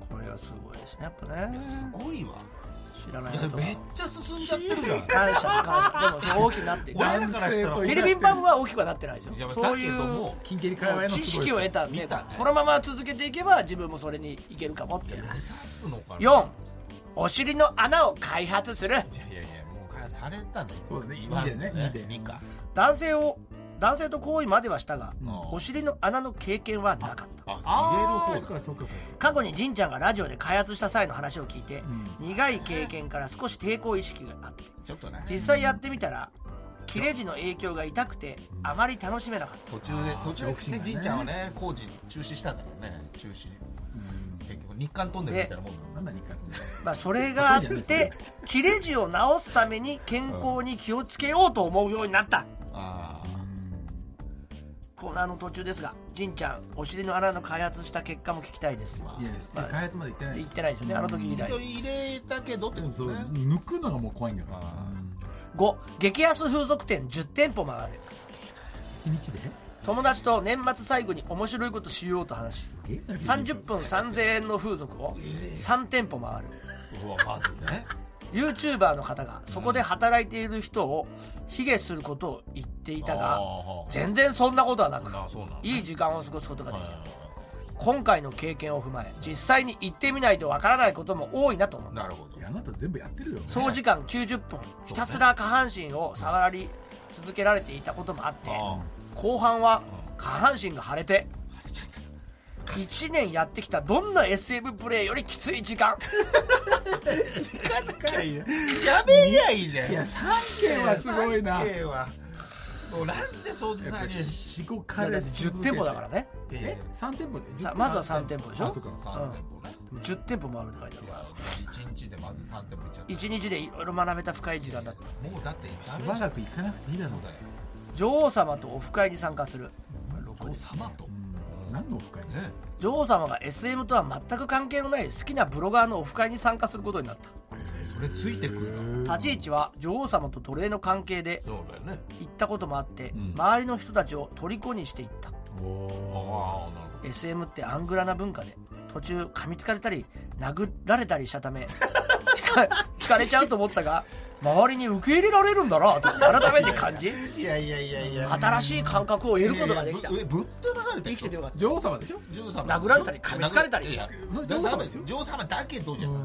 [SPEAKER 3] これはすごいですねやっぱね
[SPEAKER 2] すごいわ
[SPEAKER 3] 知らない
[SPEAKER 2] いや
[SPEAKER 3] こと
[SPEAKER 2] めっちゃ進んじゃってるじゃん
[SPEAKER 3] 感謝感謝でも大きくなっていく
[SPEAKER 2] 俺らからしたら
[SPEAKER 4] 男性と
[SPEAKER 3] フ
[SPEAKER 4] 言
[SPEAKER 3] ィ
[SPEAKER 4] い
[SPEAKER 3] リピンパブは大きくはなってないですよ
[SPEAKER 2] いや
[SPEAKER 3] そうい
[SPEAKER 2] だけど
[SPEAKER 3] う
[SPEAKER 2] も
[SPEAKER 4] 金蹴り界隈のすごい
[SPEAKER 3] 知識を得たんで
[SPEAKER 2] 見たね
[SPEAKER 3] このまま続けていけば自分もそれにいけるかもっていう
[SPEAKER 2] 目指すのかな
[SPEAKER 3] 4お尻の穴を開発する
[SPEAKER 2] いやいやいやもうからされたね
[SPEAKER 4] そうだね
[SPEAKER 2] 今
[SPEAKER 4] 二でね二で
[SPEAKER 2] 二か
[SPEAKER 3] 男性を男性と行為まではしたが、
[SPEAKER 2] ん
[SPEAKER 3] お尻の穴の経験はなかった
[SPEAKER 2] あ入れる方だ
[SPEAKER 4] かそうかそうか
[SPEAKER 3] 過去にじんちゃんがラジオで開発した際の話を聞いて、
[SPEAKER 4] う
[SPEAKER 3] 苦い経験から少し抵抗意識があって
[SPEAKER 2] ちょっとね
[SPEAKER 3] 実際やってみたら切れ字の影響が痛くてあまり楽しめなかった
[SPEAKER 2] 途中で途中
[SPEAKER 4] 恐怖心
[SPEAKER 2] で
[SPEAKER 4] がね
[SPEAKER 2] じいちゃんはね工事中止したんだからね中止結局日韓トンネルみたいなもんだもん
[SPEAKER 4] なんだ日課って
[SPEAKER 3] まあ、それがあって切れ字を直すために健康に気をつけようと思うようになった
[SPEAKER 2] あ
[SPEAKER 3] コーナーの途中ですがじんちゃんお尻の穴の開発した結果も聞きたいです
[SPEAKER 4] いやして開発まで行ってない
[SPEAKER 3] 言ってないですよねあの時以
[SPEAKER 2] あ
[SPEAKER 3] 来
[SPEAKER 2] 一応入れたけどってこと
[SPEAKER 4] そう
[SPEAKER 2] ね
[SPEAKER 4] 抜くのがもう怖いんだから
[SPEAKER 2] あ
[SPEAKER 3] 5激安風俗店10店舗回る
[SPEAKER 4] 一日で
[SPEAKER 3] 友達と年末最後に面白いことしようと話す
[SPEAKER 4] え
[SPEAKER 3] 30分3000円の風俗を3店舗回る
[SPEAKER 2] うわまずね
[SPEAKER 3] YouTuber の方がそこで働いている人を卑下することを言っていたが
[SPEAKER 2] あー
[SPEAKER 3] 全然そんなことはなく
[SPEAKER 2] あそうなんだ
[SPEAKER 3] いい時間を過ごすことができた
[SPEAKER 2] あ
[SPEAKER 3] 今回の経験を踏まえ実際に行ってみないとわからないことも多いなと思
[SPEAKER 2] ー
[SPEAKER 3] う
[SPEAKER 2] なるほど
[SPEAKER 4] いやあなた全部やってるよ
[SPEAKER 3] 総時間90分ひたすら下半身を触り続けられていたこともあって
[SPEAKER 2] あ
[SPEAKER 3] 後半は下半身が腫れて1年やってきたどんな SM プレーよりきつい時 間
[SPEAKER 2] やめりゃいいじゃん
[SPEAKER 4] いや3件はすごいな
[SPEAKER 2] 三景はもうなんでそんな
[SPEAKER 3] だ
[SPEAKER 2] に
[SPEAKER 4] 45
[SPEAKER 3] っ
[SPEAKER 4] 回
[SPEAKER 3] て10店舗だからね
[SPEAKER 2] え
[SPEAKER 4] え3店舗で
[SPEAKER 3] さまずは3店舗でしょ
[SPEAKER 4] あそうか
[SPEAKER 2] 3店舗ね
[SPEAKER 3] 10店舗もあるって書いてあるから
[SPEAKER 2] 1日でまず3店舗いっちゃった
[SPEAKER 3] 1日でいろいろ学べた深い時間だった
[SPEAKER 2] もうだって
[SPEAKER 4] しばらく行かなくていいだろう
[SPEAKER 2] だよ
[SPEAKER 3] 女王様とオフ会に参加する
[SPEAKER 2] お様と
[SPEAKER 4] うん何のオフ会
[SPEAKER 2] ね
[SPEAKER 3] 女王様が SM とは全く関係のない好きなブロガーのオフ会に参加することになった
[SPEAKER 2] それついてくるんだ
[SPEAKER 3] 立ち位置は女王様と奴隷の関係で
[SPEAKER 2] そうだよね
[SPEAKER 3] 行ったこともあって、
[SPEAKER 2] ん
[SPEAKER 3] 周りの人たちを虜にしていった
[SPEAKER 4] お
[SPEAKER 2] ああなる
[SPEAKER 3] SM ってアングラな文化で途中噛みつかれたり殴られたりしたため 聞かれちゃうと思ったが周りに受け入れられるんだなと改めて感じ
[SPEAKER 2] ほどいやいやいやいや
[SPEAKER 3] 新しい感覚を得ることができた
[SPEAKER 2] いやいやぶぶっ飛ばされて
[SPEAKER 3] 生きててよかった
[SPEAKER 4] 女王様でしょ
[SPEAKER 3] 殴られたり噛みつかれたり
[SPEAKER 4] それ
[SPEAKER 2] 女
[SPEAKER 4] 女
[SPEAKER 2] 王
[SPEAKER 4] 王
[SPEAKER 2] 様で
[SPEAKER 4] 様で
[SPEAKER 2] し
[SPEAKER 4] し
[SPEAKER 2] ょ
[SPEAKER 4] ょ
[SPEAKER 2] 女王様だけどじゃない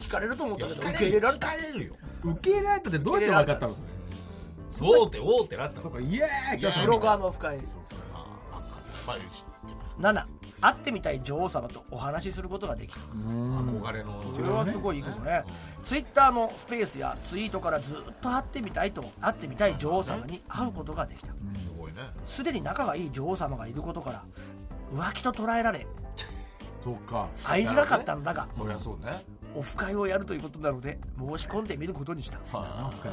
[SPEAKER 3] 惹かれると思っ
[SPEAKER 2] いや
[SPEAKER 3] たけど
[SPEAKER 2] 惹か
[SPEAKER 3] 受
[SPEAKER 2] れ
[SPEAKER 3] け入れられ
[SPEAKER 2] 惹
[SPEAKER 3] た
[SPEAKER 2] かれるよ
[SPEAKER 4] 受け入れられたってどうやって分かったの
[SPEAKER 2] おーっておーってなった
[SPEAKER 4] そ
[SPEAKER 2] の
[SPEAKER 4] うかイエーイじゃあ
[SPEAKER 3] ブロガーのオフ会
[SPEAKER 2] ああ分かったまあ知ってます
[SPEAKER 3] 7会ってみたい女王様とお話しすることができた
[SPEAKER 2] 憧れの
[SPEAKER 3] それはすごいいいことねツイッターのスペースやツイートからずっと会ってみたいと会ってみたい女王様に会うことができた
[SPEAKER 2] すごいね
[SPEAKER 3] すでに仲がいい女王様がいることから浮気と捉えられ
[SPEAKER 4] そうか
[SPEAKER 3] 会いづらかったのだが
[SPEAKER 2] そりゃそうね
[SPEAKER 3] オフ会をやるということなので申し込んでみることにした
[SPEAKER 4] オフ会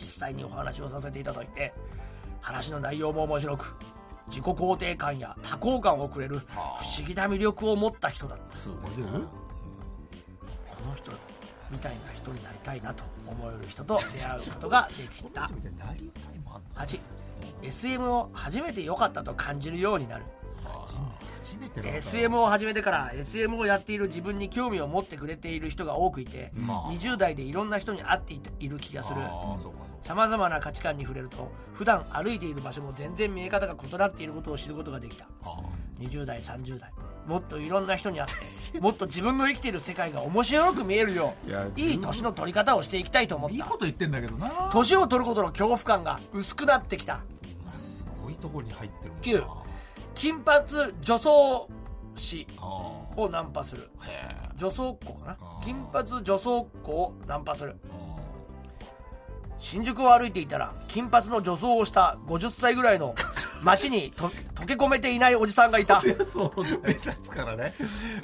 [SPEAKER 3] 実際にお話をさせていただいて話の内容も面白く自己肯定感や多幸感をくれる不
[SPEAKER 2] はあ
[SPEAKER 3] 思議な魅力を持った人だった
[SPEAKER 2] すごいね
[SPEAKER 3] この人みたいな人になりたいなと思える人と出会うことができた
[SPEAKER 2] みたいになりたいもあんの
[SPEAKER 3] 8SM を初めて良かったと感じるようになる
[SPEAKER 2] 初めての
[SPEAKER 3] SM を始めてから SM をやっている自分に興味を持ってくれている人が多くいて、
[SPEAKER 2] まあ
[SPEAKER 3] 20代でいろんな人に会っている気がする
[SPEAKER 2] ああそうかそうか
[SPEAKER 3] さまざまな価値観に触れると普段歩いている場所も全然見え方が異なっていることを知ることができた
[SPEAKER 2] あ
[SPEAKER 3] 20代30代もっといろんな人に会ってもっと自分の生きている世界が面白く見えるよ
[SPEAKER 2] いや
[SPEAKER 3] ういい年の取り方をしていきたいと思っ
[SPEAKER 4] いい
[SPEAKER 3] た
[SPEAKER 4] こと言ってんだけどな
[SPEAKER 3] 年を取ることの恐怖感が薄くなってきた
[SPEAKER 2] あすごいとこに入ってるもんな
[SPEAKER 3] 九金髪女装師
[SPEAKER 2] あ
[SPEAKER 3] をナンパする
[SPEAKER 2] あへえ
[SPEAKER 3] 女装っ子かな
[SPEAKER 2] あー
[SPEAKER 3] 金髪女装っ子をナンパする
[SPEAKER 2] あ
[SPEAKER 3] 新宿を歩いていたら金髪の女装をした50歳ぐら いの街にと溶け込めていないおじさんがいた
[SPEAKER 4] いやそうだ
[SPEAKER 2] あ目立つからね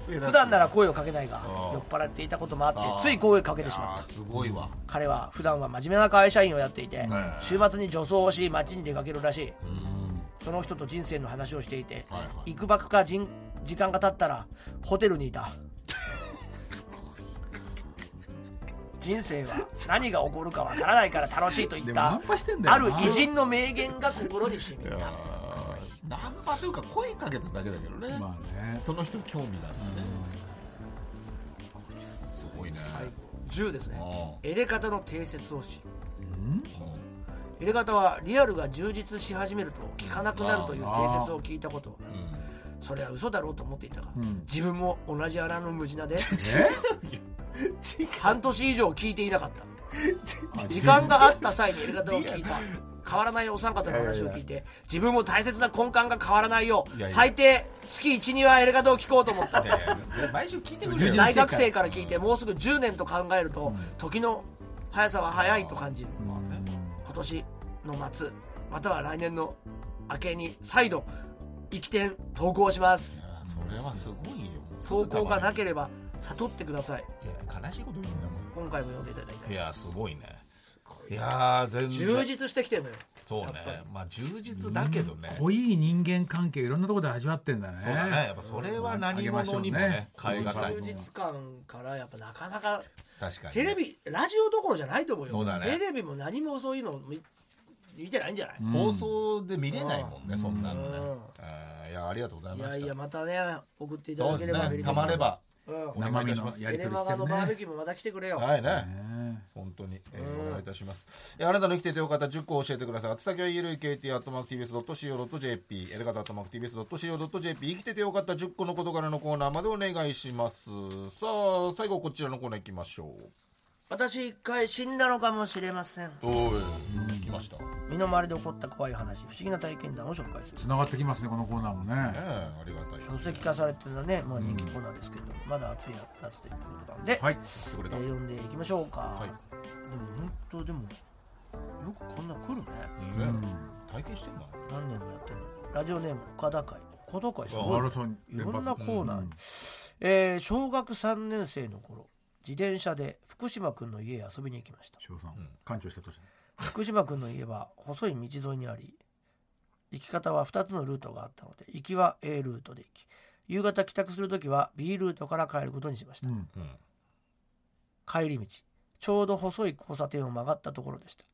[SPEAKER 3] 普
[SPEAKER 2] 普
[SPEAKER 3] 段なら声をかけないが
[SPEAKER 2] あー
[SPEAKER 3] 酔っ払っていたこともあって
[SPEAKER 2] あー
[SPEAKER 3] つい声をかけてしまった
[SPEAKER 2] すごいわ
[SPEAKER 3] 彼は普段は真面目な会社員をやっていて
[SPEAKER 2] ん
[SPEAKER 3] 週末に女装をし街に出かけるらしい
[SPEAKER 2] うん
[SPEAKER 3] その人と人生の話をしていて
[SPEAKER 2] はいはい
[SPEAKER 3] 行くばくか人時間が経ったらホテルにいた人生は何が起こるかわからないから楽しいと言
[SPEAKER 4] で
[SPEAKER 3] っ
[SPEAKER 4] もナ
[SPEAKER 3] た
[SPEAKER 4] ンパしてんだよ
[SPEAKER 3] ある偉人の名言が心に染み
[SPEAKER 2] い
[SPEAKER 3] た
[SPEAKER 2] やーナンパというか声かけただけだけどね
[SPEAKER 4] まあね
[SPEAKER 2] その人に興味があるんだねすごいね
[SPEAKER 3] 10ですね
[SPEAKER 2] あ
[SPEAKER 3] エレ方の定説をし
[SPEAKER 4] うん
[SPEAKER 3] エレ方はリアルが充実し始めると聞かなくなるという定説を聞いたこと
[SPEAKER 2] うんうん
[SPEAKER 3] それは嘘だろうと思っていたが、
[SPEAKER 4] ん
[SPEAKER 3] 自分も同じ穴の無地な で
[SPEAKER 4] え
[SPEAKER 3] 半年以上聞いていなかった時間があった際にやり方を聞いた変わらないお三方の話を聞いて自分も大切な根幹が変わらないよう
[SPEAKER 2] いやいや
[SPEAKER 3] 最低月12はやり方を聞こうと思った
[SPEAKER 2] いやいや毎週聞いてくれよ
[SPEAKER 4] 充実
[SPEAKER 3] 大学生から聞いてもうすぐ10年と考えると時の速さは速いと感じる
[SPEAKER 4] まあね
[SPEAKER 3] 今年の末または来年の明けに再度生きて投稿します
[SPEAKER 2] いやそれはすごいよ
[SPEAKER 3] 投稿がな
[SPEAKER 2] き
[SPEAKER 3] ければ悟ってください
[SPEAKER 2] 悲しいこと言うんだも
[SPEAKER 3] 今回も読んでいただいた
[SPEAKER 2] んいやすごいねいやー全然
[SPEAKER 3] 充実してきてるのよ
[SPEAKER 2] そうねまあ充実だけどね
[SPEAKER 4] 濃い人間関係いろんなところで味わってんだね
[SPEAKER 2] そうだねやっぱそれは何者にもね
[SPEAKER 4] あ
[SPEAKER 2] 変え
[SPEAKER 4] げましょう
[SPEAKER 2] 難い
[SPEAKER 3] 充実感からやっぱなかなか
[SPEAKER 2] 確かに
[SPEAKER 3] テレビラジオどころじゃないと思うよ
[SPEAKER 2] そうだね
[SPEAKER 3] テレビも何もそういうの見見てないんじゃない、
[SPEAKER 2] 放送で見れないもんねそんなのね
[SPEAKER 3] うん
[SPEAKER 2] あーいやありがとうござい
[SPEAKER 3] い
[SPEAKER 2] ま
[SPEAKER 3] やい
[SPEAKER 2] し
[SPEAKER 3] や
[SPEAKER 2] た
[SPEAKER 3] またね送っていた
[SPEAKER 2] そ
[SPEAKER 3] だ
[SPEAKER 2] う
[SPEAKER 3] け
[SPEAKER 2] で
[SPEAKER 3] れ
[SPEAKER 2] す
[SPEAKER 3] ば
[SPEAKER 2] ねたまれば
[SPEAKER 3] うん
[SPEAKER 4] 生身のや
[SPEAKER 3] エ
[SPEAKER 4] り
[SPEAKER 3] レ
[SPEAKER 4] 取り
[SPEAKER 3] マ
[SPEAKER 4] して
[SPEAKER 3] ガ
[SPEAKER 4] る
[SPEAKER 3] のバーベ
[SPEAKER 4] ね
[SPEAKER 3] キューもまた来てくれよ、
[SPEAKER 2] はいね
[SPEAKER 4] ね
[SPEAKER 2] 本当に、えーお願いいたします。えーあなたの生きててよかった10個教えてください。宛先は elkt.mactvs.co.jp、エレガタ .mactvs.co.jp、生きててよかった10個のことからのコーナーまでお願いします。さあ、最後こちらのコーナー行きましょ
[SPEAKER 3] 私一回死んだのかもしれません
[SPEAKER 2] う。おい、来ました。ね
[SPEAKER 3] 身の回りで起こった怖い話不思議な体験談を紹介する
[SPEAKER 4] つながってきますねこのコーナーも
[SPEAKER 2] え、
[SPEAKER 4] ね
[SPEAKER 2] ありがたい。
[SPEAKER 3] 書籍化されてるのはね、まあ、人気コーナーですけど、まだ暑い夏ということなんで、
[SPEAKER 4] はい
[SPEAKER 2] 来てく
[SPEAKER 3] え
[SPEAKER 2] れ
[SPEAKER 3] ー
[SPEAKER 2] た。
[SPEAKER 3] 読んでいきましょうか、
[SPEAKER 2] はい
[SPEAKER 3] でも本当でもよくこんな来るね
[SPEAKER 2] ね体験してんだね。
[SPEAKER 3] 何年もやってるのラジオネーム岡田会岡田会す
[SPEAKER 4] マ
[SPEAKER 3] ごい
[SPEAKER 4] ラソン
[SPEAKER 3] いろんなコーナー
[SPEAKER 4] う
[SPEAKER 3] に
[SPEAKER 4] ん、
[SPEAKER 3] えー小学3年生の頃自転車で福島君の家へ遊びに行きま した
[SPEAKER 4] 翔さん館長した年
[SPEAKER 3] 福島君の家は細い道沿いにあり行き方は2つのルートがあったので行きは A ルートで行き夕方帰宅する時は B ルートから帰ることにしました、
[SPEAKER 4] うん
[SPEAKER 2] うん。
[SPEAKER 3] 帰り道ちょうど細い交差点を曲がったところでした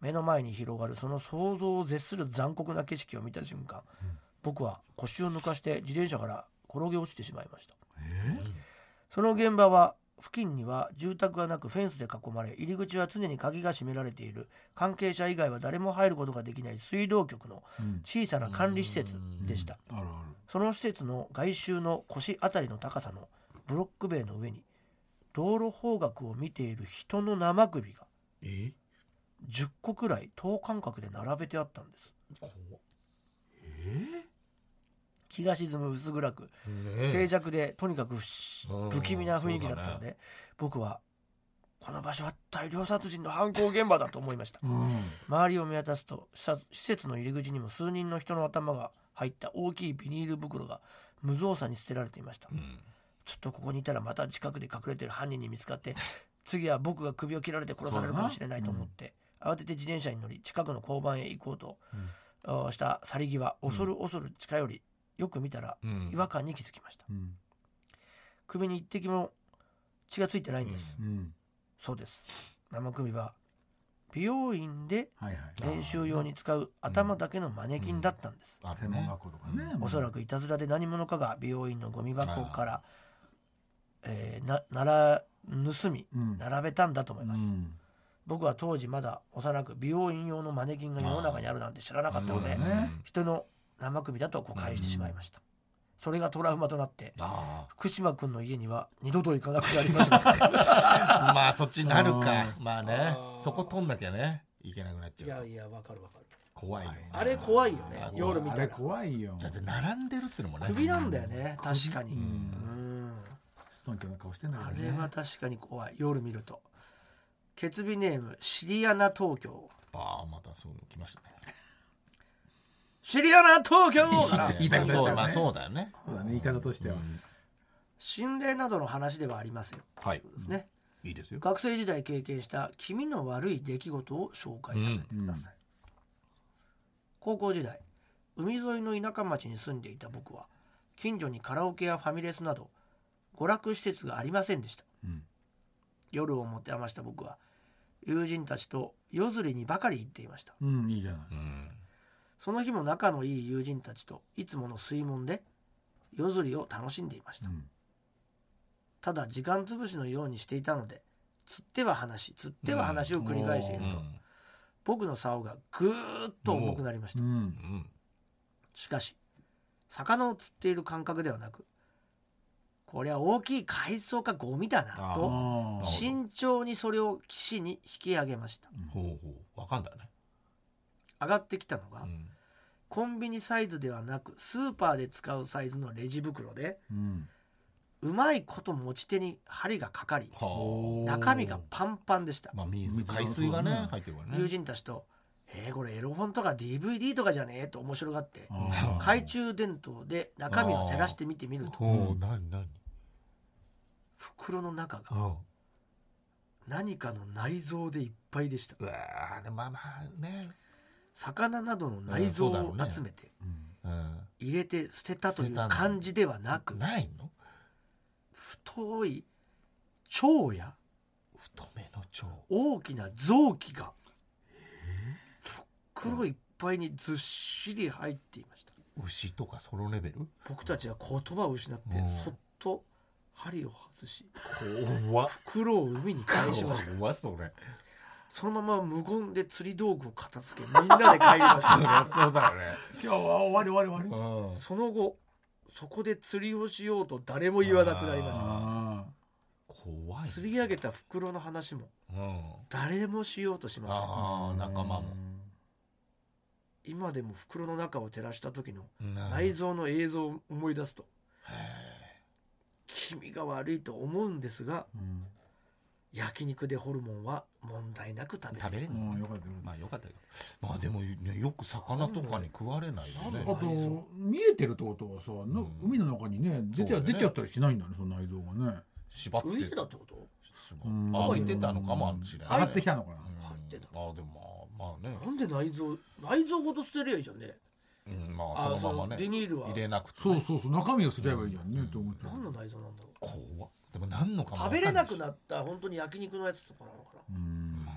[SPEAKER 3] 目の前に広がるその想像を絶する残酷な景色を見た瞬間、僕は腰を抜かして自転車から転げ落ちてしまいましたその現場は付近には住宅がなくフェンスで囲まれ入り口は常に鍵が閉められている関係者以外は誰も入ることができない水道局の小さな管理施設でした、
[SPEAKER 4] あるある
[SPEAKER 3] その施設の外周の腰あたりの高さのブロック塀の上に道路方角を見ている人の生首が
[SPEAKER 2] え
[SPEAKER 3] 10個くらい等間隔で並べてあったんです気が沈む薄暗く静寂でとにかく不
[SPEAKER 2] うん
[SPEAKER 3] 不気味な雰囲気だったの
[SPEAKER 2] そうだ
[SPEAKER 3] で、僕はこの場所は大量殺人の犯行現場だと思いました
[SPEAKER 4] うん
[SPEAKER 3] 周りを見渡すと施設施設の入り口にも数人の人の頭が入った大きいビニール袋が無造作に捨てられていました、
[SPEAKER 2] うん。
[SPEAKER 3] ちょっとここにいたらまた近くで隠れてる犯人に見つかって次は僕が首を切られて殺されるかもしれないと思って、慌てて自転車に乗り近くの交番へ行こうと、おした去り際恐る恐る近寄り、よく見たら
[SPEAKER 2] うん
[SPEAKER 3] 違和感に気づきました
[SPEAKER 4] うん
[SPEAKER 3] 首に一滴も血がついてないんです、
[SPEAKER 4] うん
[SPEAKER 3] そうです生首は美容院で
[SPEAKER 4] はいはい
[SPEAKER 3] 練習用に使う頭だけのマネキンだったんです、
[SPEAKER 2] あ
[SPEAKER 4] 専門学校とかね
[SPEAKER 3] おそらくいたずらで何者かが美容院のゴミ箱から、えーななら盗み
[SPEAKER 4] うん
[SPEAKER 3] 並べたんだと思いうます、
[SPEAKER 4] ん
[SPEAKER 3] 僕は当時まだ幼く美容院用のマネキンが世の中にあるなんて知らなかったので、
[SPEAKER 4] あーそうだね
[SPEAKER 3] 人の生首だと誤解してしまいました、それがトラウマとなって
[SPEAKER 2] あ
[SPEAKER 3] 福島君の家には二度と行かなくなりました
[SPEAKER 2] あまあそっちになるかまあね
[SPEAKER 3] あー
[SPEAKER 2] そこ取んなきゃねいけなくなっち
[SPEAKER 3] い
[SPEAKER 2] ゃ
[SPEAKER 3] や
[SPEAKER 2] う
[SPEAKER 3] いやわかるわかる
[SPEAKER 2] 怖いよね
[SPEAKER 3] あれ怖いよね
[SPEAKER 2] あー
[SPEAKER 3] 夜見
[SPEAKER 4] あ
[SPEAKER 3] た
[SPEAKER 4] れ
[SPEAKER 3] ら
[SPEAKER 4] 怖いよ
[SPEAKER 2] だって並んでるってのもね
[SPEAKER 3] 首なんだよね確かに
[SPEAKER 4] う
[SPEAKER 3] うんん
[SPEAKER 4] ストンキョな顔してんだ
[SPEAKER 3] あ
[SPEAKER 4] け
[SPEAKER 3] れ
[SPEAKER 4] どね
[SPEAKER 3] は確かに怖い夜見るとケツビネームシリアナ東京
[SPEAKER 2] ああまたそう来ましたね
[SPEAKER 3] シリアナ東京
[SPEAKER 4] あ言いたくなっちゃうね
[SPEAKER 2] そうまあそうだよね
[SPEAKER 4] そうだね言い方としては
[SPEAKER 3] 心霊などの話ではありません
[SPEAKER 2] はい
[SPEAKER 3] ですね、
[SPEAKER 2] いいですよ
[SPEAKER 3] 学生時代経験した気味の悪い出来事を紹介させてください、高校時代海沿いの田舎町に住んでいた僕は近所にカラオケやファミレスなど娯楽施設がありませんでした、
[SPEAKER 4] うん
[SPEAKER 3] 夜を持て余した僕は友人たちと夜釣りにばかり行っていました
[SPEAKER 4] うんいいじゃない
[SPEAKER 2] うん
[SPEAKER 3] その日も仲のいい友人たちといつもの水門で夜釣りを楽しんでいました、
[SPEAKER 4] うん
[SPEAKER 3] ただ時間潰しのようにしていたので釣っては話釣っては話を繰り返している
[SPEAKER 2] う
[SPEAKER 3] と、
[SPEAKER 2] ん
[SPEAKER 3] 僕の竿がぐーっと重くなりました、
[SPEAKER 4] うん
[SPEAKER 2] うん
[SPEAKER 3] しかし魚を釣っている感覚ではなくこれは大きい海藻かゴミだな
[SPEAKER 2] あ
[SPEAKER 3] と
[SPEAKER 4] ああ
[SPEAKER 3] 慎重にそれを岸に引き上げました
[SPEAKER 2] ほうほうわかんだね
[SPEAKER 3] 上がってきたのが、
[SPEAKER 2] うん
[SPEAKER 3] コンビニサイズではなくスーパーで使うサイズのレジ袋で
[SPEAKER 4] うん
[SPEAKER 3] うまいこと持ち手に針がかかり
[SPEAKER 2] は
[SPEAKER 3] 中身がパンパンでした
[SPEAKER 2] あまあ水海水が
[SPEAKER 4] うん
[SPEAKER 2] ね入ってるから
[SPEAKER 3] 友
[SPEAKER 2] ね
[SPEAKER 3] 人たちと「えー、これエロ本とか DVD とかじゃねえ?」と面白がって
[SPEAKER 4] あ
[SPEAKER 3] 懐中電灯で中身を照らして見てみると
[SPEAKER 2] ほう何何
[SPEAKER 3] 袋の中
[SPEAKER 2] う
[SPEAKER 3] が
[SPEAKER 2] ん
[SPEAKER 3] 何かの内臓でいっぱいでした
[SPEAKER 2] うわーでまあまあね
[SPEAKER 3] 魚などの内臓を
[SPEAKER 2] うんそうだろうね
[SPEAKER 3] 集めて
[SPEAKER 2] うん
[SPEAKER 3] 入れて捨てたという
[SPEAKER 2] 捨てたんだ
[SPEAKER 3] 感じではなく
[SPEAKER 2] ないの
[SPEAKER 3] 太い腸や
[SPEAKER 2] 太めの腸
[SPEAKER 3] 大きな臓器が袋いっぱいにずっしり入っていました
[SPEAKER 2] 牛とかそのレベル
[SPEAKER 3] 僕たちは言葉を失って
[SPEAKER 2] うん
[SPEAKER 3] そっと針を外し
[SPEAKER 2] 怖っ
[SPEAKER 3] 袋を海に返しました
[SPEAKER 2] 怖っそれ
[SPEAKER 3] そのまま無言で釣り道具を片付けみんなで帰りまし
[SPEAKER 2] そり
[SPEAKER 3] た
[SPEAKER 2] ゃそうだよね
[SPEAKER 4] 今日は終わり終わり終わり
[SPEAKER 2] うん
[SPEAKER 3] その後そこで釣りをしようと誰も言わなくなりまし
[SPEAKER 4] あ
[SPEAKER 2] 怖い
[SPEAKER 3] た
[SPEAKER 2] ね
[SPEAKER 3] 釣り上げた袋の話も
[SPEAKER 2] うん
[SPEAKER 3] 誰もしようとしません
[SPEAKER 2] ああ仲間も
[SPEAKER 3] 今でも袋の中を照らした時の
[SPEAKER 2] ない
[SPEAKER 3] 内臓の映像を思い出すと気味が悪いと思うんですが
[SPEAKER 4] うん
[SPEAKER 3] 焼肉でホルモンは問題なく食べて
[SPEAKER 2] 食べれる
[SPEAKER 4] うん
[SPEAKER 2] の
[SPEAKER 4] よかったよか
[SPEAKER 2] まあよかったけどまあでもねよく魚とかに食われないよ
[SPEAKER 4] っ
[SPEAKER 2] ね
[SPEAKER 4] たあと見えてるってことはさな
[SPEAKER 2] うん
[SPEAKER 4] 海の中にね出て
[SPEAKER 2] そうだね
[SPEAKER 4] 出ちゃったりしないんだねその内臓がね
[SPEAKER 2] 縛って
[SPEAKER 3] 浮いてたってこと
[SPEAKER 4] うん
[SPEAKER 2] あ浮いてたのかもしれない
[SPEAKER 4] 上がってきたのかな
[SPEAKER 2] うん
[SPEAKER 3] 入ってた
[SPEAKER 2] あでもまあまあね
[SPEAKER 3] なんで内臓内臓ごと捨てりゃいいじゃんね
[SPEAKER 2] うんま
[SPEAKER 3] あ
[SPEAKER 2] あそのま
[SPEAKER 3] その
[SPEAKER 2] ま
[SPEAKER 3] ビ
[SPEAKER 2] ね
[SPEAKER 3] ニールは
[SPEAKER 2] 入れなくて
[SPEAKER 4] そう
[SPEAKER 2] ね
[SPEAKER 4] そうそう中身を捨てちゃえばいいじゃんね
[SPEAKER 2] うん
[SPEAKER 4] と思っちゃ
[SPEAKER 3] 何
[SPEAKER 4] う
[SPEAKER 3] の内臓なんだろう
[SPEAKER 2] 怖っでも何のかも
[SPEAKER 3] 食べれなく
[SPEAKER 2] っ
[SPEAKER 3] なった本当に焼肉のやつとかなのかな
[SPEAKER 4] うん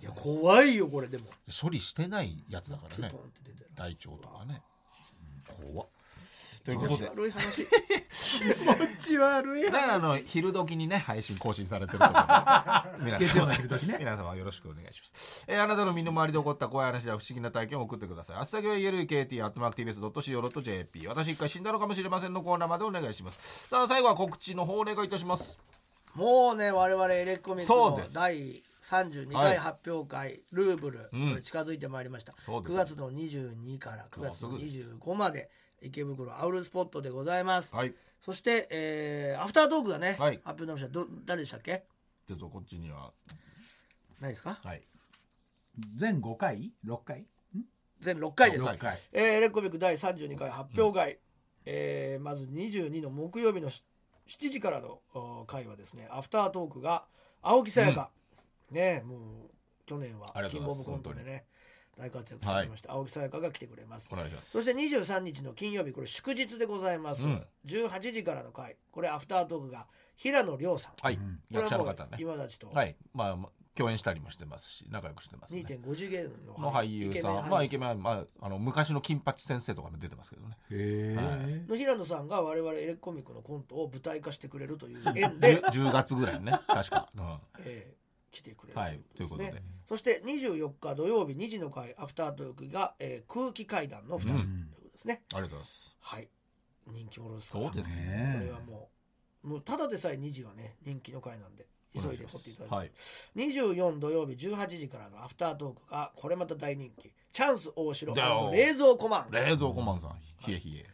[SPEAKER 3] いや怖いよこれでも
[SPEAKER 2] 処理してないやつだか
[SPEAKER 3] プ
[SPEAKER 2] ら
[SPEAKER 3] ポンっ
[SPEAKER 2] ね
[SPEAKER 3] て出てる
[SPEAKER 2] 大腸とかね怖っということで
[SPEAKER 3] 悪い 話
[SPEAKER 4] ち悪い
[SPEAKER 2] ね、あの昼時にね配信更新されてると思います。皆
[SPEAKER 4] 月曜
[SPEAKER 2] 様
[SPEAKER 4] の昼時ね
[SPEAKER 2] 皆様よろしくお願いします。えーあなたの身の回りで起こった怖い話や不思議な体験を送ってください。あっさぎは ELKT アットマーク TBS ドット CO ドット JP。私一回死んだのかもしれませんのコーナーまでお願いします。さあ最後は告知の方お願いいたします。
[SPEAKER 3] もうね我々エレコミック
[SPEAKER 2] そう
[SPEAKER 3] の
[SPEAKER 2] です
[SPEAKER 3] 第32
[SPEAKER 2] は
[SPEAKER 3] 回
[SPEAKER 2] い
[SPEAKER 3] 発表会、ルーブルこ
[SPEAKER 2] うん
[SPEAKER 3] れ近づいてまいりました、
[SPEAKER 2] そうです
[SPEAKER 3] 9月の22から9月
[SPEAKER 2] も
[SPEAKER 3] の
[SPEAKER 2] うすぐで
[SPEAKER 3] 25まで池袋アウルスポットでございます、
[SPEAKER 2] はい。
[SPEAKER 3] そして、えーアフタートークがね、
[SPEAKER 2] はい
[SPEAKER 3] 発表になりましたど誰でしたっけ
[SPEAKER 2] ちょっとこっちには
[SPEAKER 3] ないですか
[SPEAKER 2] はい
[SPEAKER 4] 全5回6回
[SPEAKER 3] 全6回です
[SPEAKER 2] 六回
[SPEAKER 3] えーエレコミック第32回発表会、えーまず22の木曜日のし7時からのお回はですねアフタートークが青木さやか、ねもう去年は
[SPEAKER 2] ありが
[SPEAKER 3] キ
[SPEAKER 2] とう
[SPEAKER 3] ングオ
[SPEAKER 2] ござ
[SPEAKER 3] ブコ
[SPEAKER 2] います
[SPEAKER 3] ントでね大活躍しておりました、青木さやかが来てくれます
[SPEAKER 2] お願いします
[SPEAKER 3] そして23日の金曜日これ祝日でございます、
[SPEAKER 2] うん
[SPEAKER 3] 18時からの回これアフタートークが平野亮さん
[SPEAKER 2] はい、
[SPEAKER 3] これ
[SPEAKER 2] 役者
[SPEAKER 3] は
[SPEAKER 2] の
[SPEAKER 3] もう
[SPEAKER 2] 方ね
[SPEAKER 3] 今たちと
[SPEAKER 2] はいまあまあ共演したりもしてますし仲良くしてます、ね、
[SPEAKER 3] 2.5次元の
[SPEAKER 2] の俳優さんまあイケ
[SPEAKER 3] メン俳優
[SPEAKER 2] メン、まあ、あの昔の金八先生とかも出てますけどね
[SPEAKER 4] へ
[SPEAKER 3] さんの平野さんが我々エレコミックのコントを舞台化してくれるという縁で
[SPEAKER 2] 10 、10月ぐらいにね確か、うん
[SPEAKER 3] えー来てくれる
[SPEAKER 2] はいということで、
[SPEAKER 3] ねそして24日土曜日2時の回アフタートークが、えー空気階段の2人と
[SPEAKER 2] う
[SPEAKER 3] い
[SPEAKER 2] ん
[SPEAKER 3] うことですね、
[SPEAKER 2] ありがとうございます
[SPEAKER 3] はい人気者ですから
[SPEAKER 2] そうですね
[SPEAKER 3] これはもうもうただでさえ2時はね人気の回なんで急いで掘っていただいて、
[SPEAKER 2] はい
[SPEAKER 3] 24土曜日18時からのアフタートークがこれまた大人気チャンス大城
[SPEAKER 2] だよ
[SPEAKER 3] 冷蔵庫マン
[SPEAKER 2] 冷蔵庫マンさん冷え冷え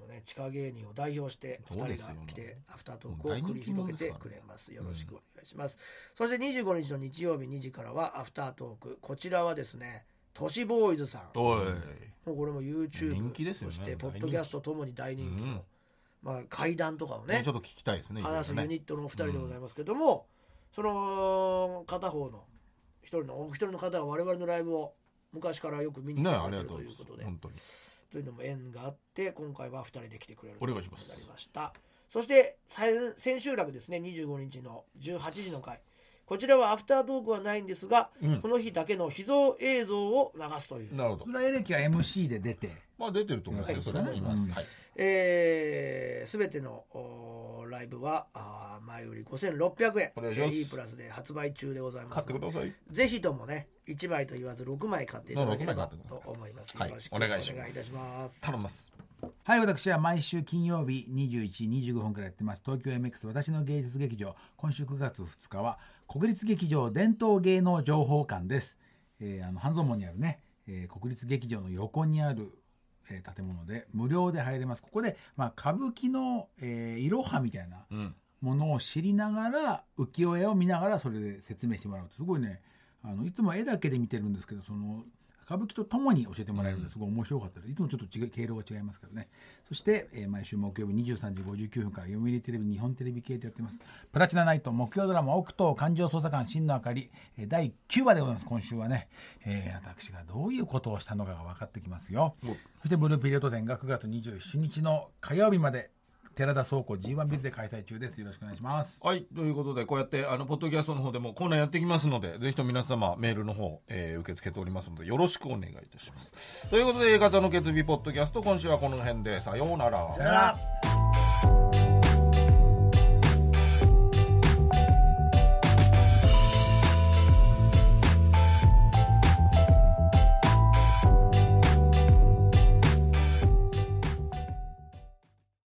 [SPEAKER 3] もうね、地下芸人を代表して2
[SPEAKER 2] そうです
[SPEAKER 3] 人
[SPEAKER 2] よ
[SPEAKER 3] が来てアフタートークを繰り
[SPEAKER 2] も
[SPEAKER 3] 広
[SPEAKER 2] う
[SPEAKER 3] げ
[SPEAKER 2] 大人気者です
[SPEAKER 3] て
[SPEAKER 2] からね
[SPEAKER 3] くれますよろしくお願いします、そして25日の日曜日2時からはアフタートークこちらはですね都市ボーイズさんも
[SPEAKER 2] おい、
[SPEAKER 3] うこれも YouTube
[SPEAKER 2] 人気ですよね
[SPEAKER 3] そしてポ
[SPEAKER 2] 大人気
[SPEAKER 3] ッドキャストともに大人気の、
[SPEAKER 2] うん
[SPEAKER 3] まあ、怪談とかをね
[SPEAKER 2] ちょっと聞きたいですね
[SPEAKER 3] 話すユニ
[SPEAKER 2] ね
[SPEAKER 3] ットのお二人でございますけども、その片方の一人のお一人の方が我々のライブを昔からよく見に
[SPEAKER 2] ね
[SPEAKER 3] 来て
[SPEAKER 2] あ
[SPEAKER 3] く
[SPEAKER 2] り
[SPEAKER 3] れ
[SPEAKER 2] が
[SPEAKER 3] てる
[SPEAKER 2] とう
[SPEAKER 3] とい
[SPEAKER 2] ございうます
[SPEAKER 3] ことで
[SPEAKER 2] 本当に
[SPEAKER 3] というのも縁があって今回は2人で来てくれる
[SPEAKER 2] お願いします
[SPEAKER 3] とうことになりましたそして最千秋楽ですね25日の18時の回こちらはアフタートークはないんですが、この日だけの秘蔵映像を流すという、
[SPEAKER 2] なるほど
[SPEAKER 4] それはエレキは MC で出て
[SPEAKER 2] まあ出てると思うんですよそれもいます、はい
[SPEAKER 3] えー、全てのおーライブはあー前売り5600円
[SPEAKER 2] お願いします
[SPEAKER 3] えー E プラスで発売中でございます
[SPEAKER 2] 買ってください
[SPEAKER 3] ぜひともね1枚と言わず6枚買っていただければ
[SPEAKER 2] うん
[SPEAKER 3] と思います
[SPEAKER 2] はい
[SPEAKER 3] よろしく
[SPEAKER 2] お願いします
[SPEAKER 3] お願いいたします
[SPEAKER 2] 頼みます
[SPEAKER 4] はい私は毎週金曜日21時25分からやってます東京 MX 私の芸術劇場今週9月2日は国立劇場伝統芸能情報館です、えーあの半蔵門にあるね、えー国立劇場の横にある、えー建物で無料で入れますここで、まあ、歌舞伎の、えー、いろはみたいな
[SPEAKER 2] うん
[SPEAKER 4] ものを知りながら浮世絵を見ながらそれで説明してもらうとすごいねあのいつも絵だけで見てるんですけどその歌舞伎とともに教えてもらえるのですごい面白かったです、いつもちょっと違う経路が違いますけどねそして、えー毎週木曜日23時59分から読売テレビ日本テレビ系でやってます「プラチナナイト」木曜ドラマ「奥藤環状捜査官真の明かり」えー第9話でございます今週はね、えー私がどういうことをしたのかが分かってきますよ
[SPEAKER 2] お
[SPEAKER 4] そしてブルーピリオド展が9月27日の火曜日まで寺田倉庫 G1 ビルで開催中です。よろしくお願いします。
[SPEAKER 2] はいということでこうやってあのポッドキャストの方でもコーナーやってきますのでぜひとも皆様メールの方、えー受け付けておりますのでよろしくお願いいたしますということで A 型の決意ポッドキャスト今週はこの辺でさようなら
[SPEAKER 4] ら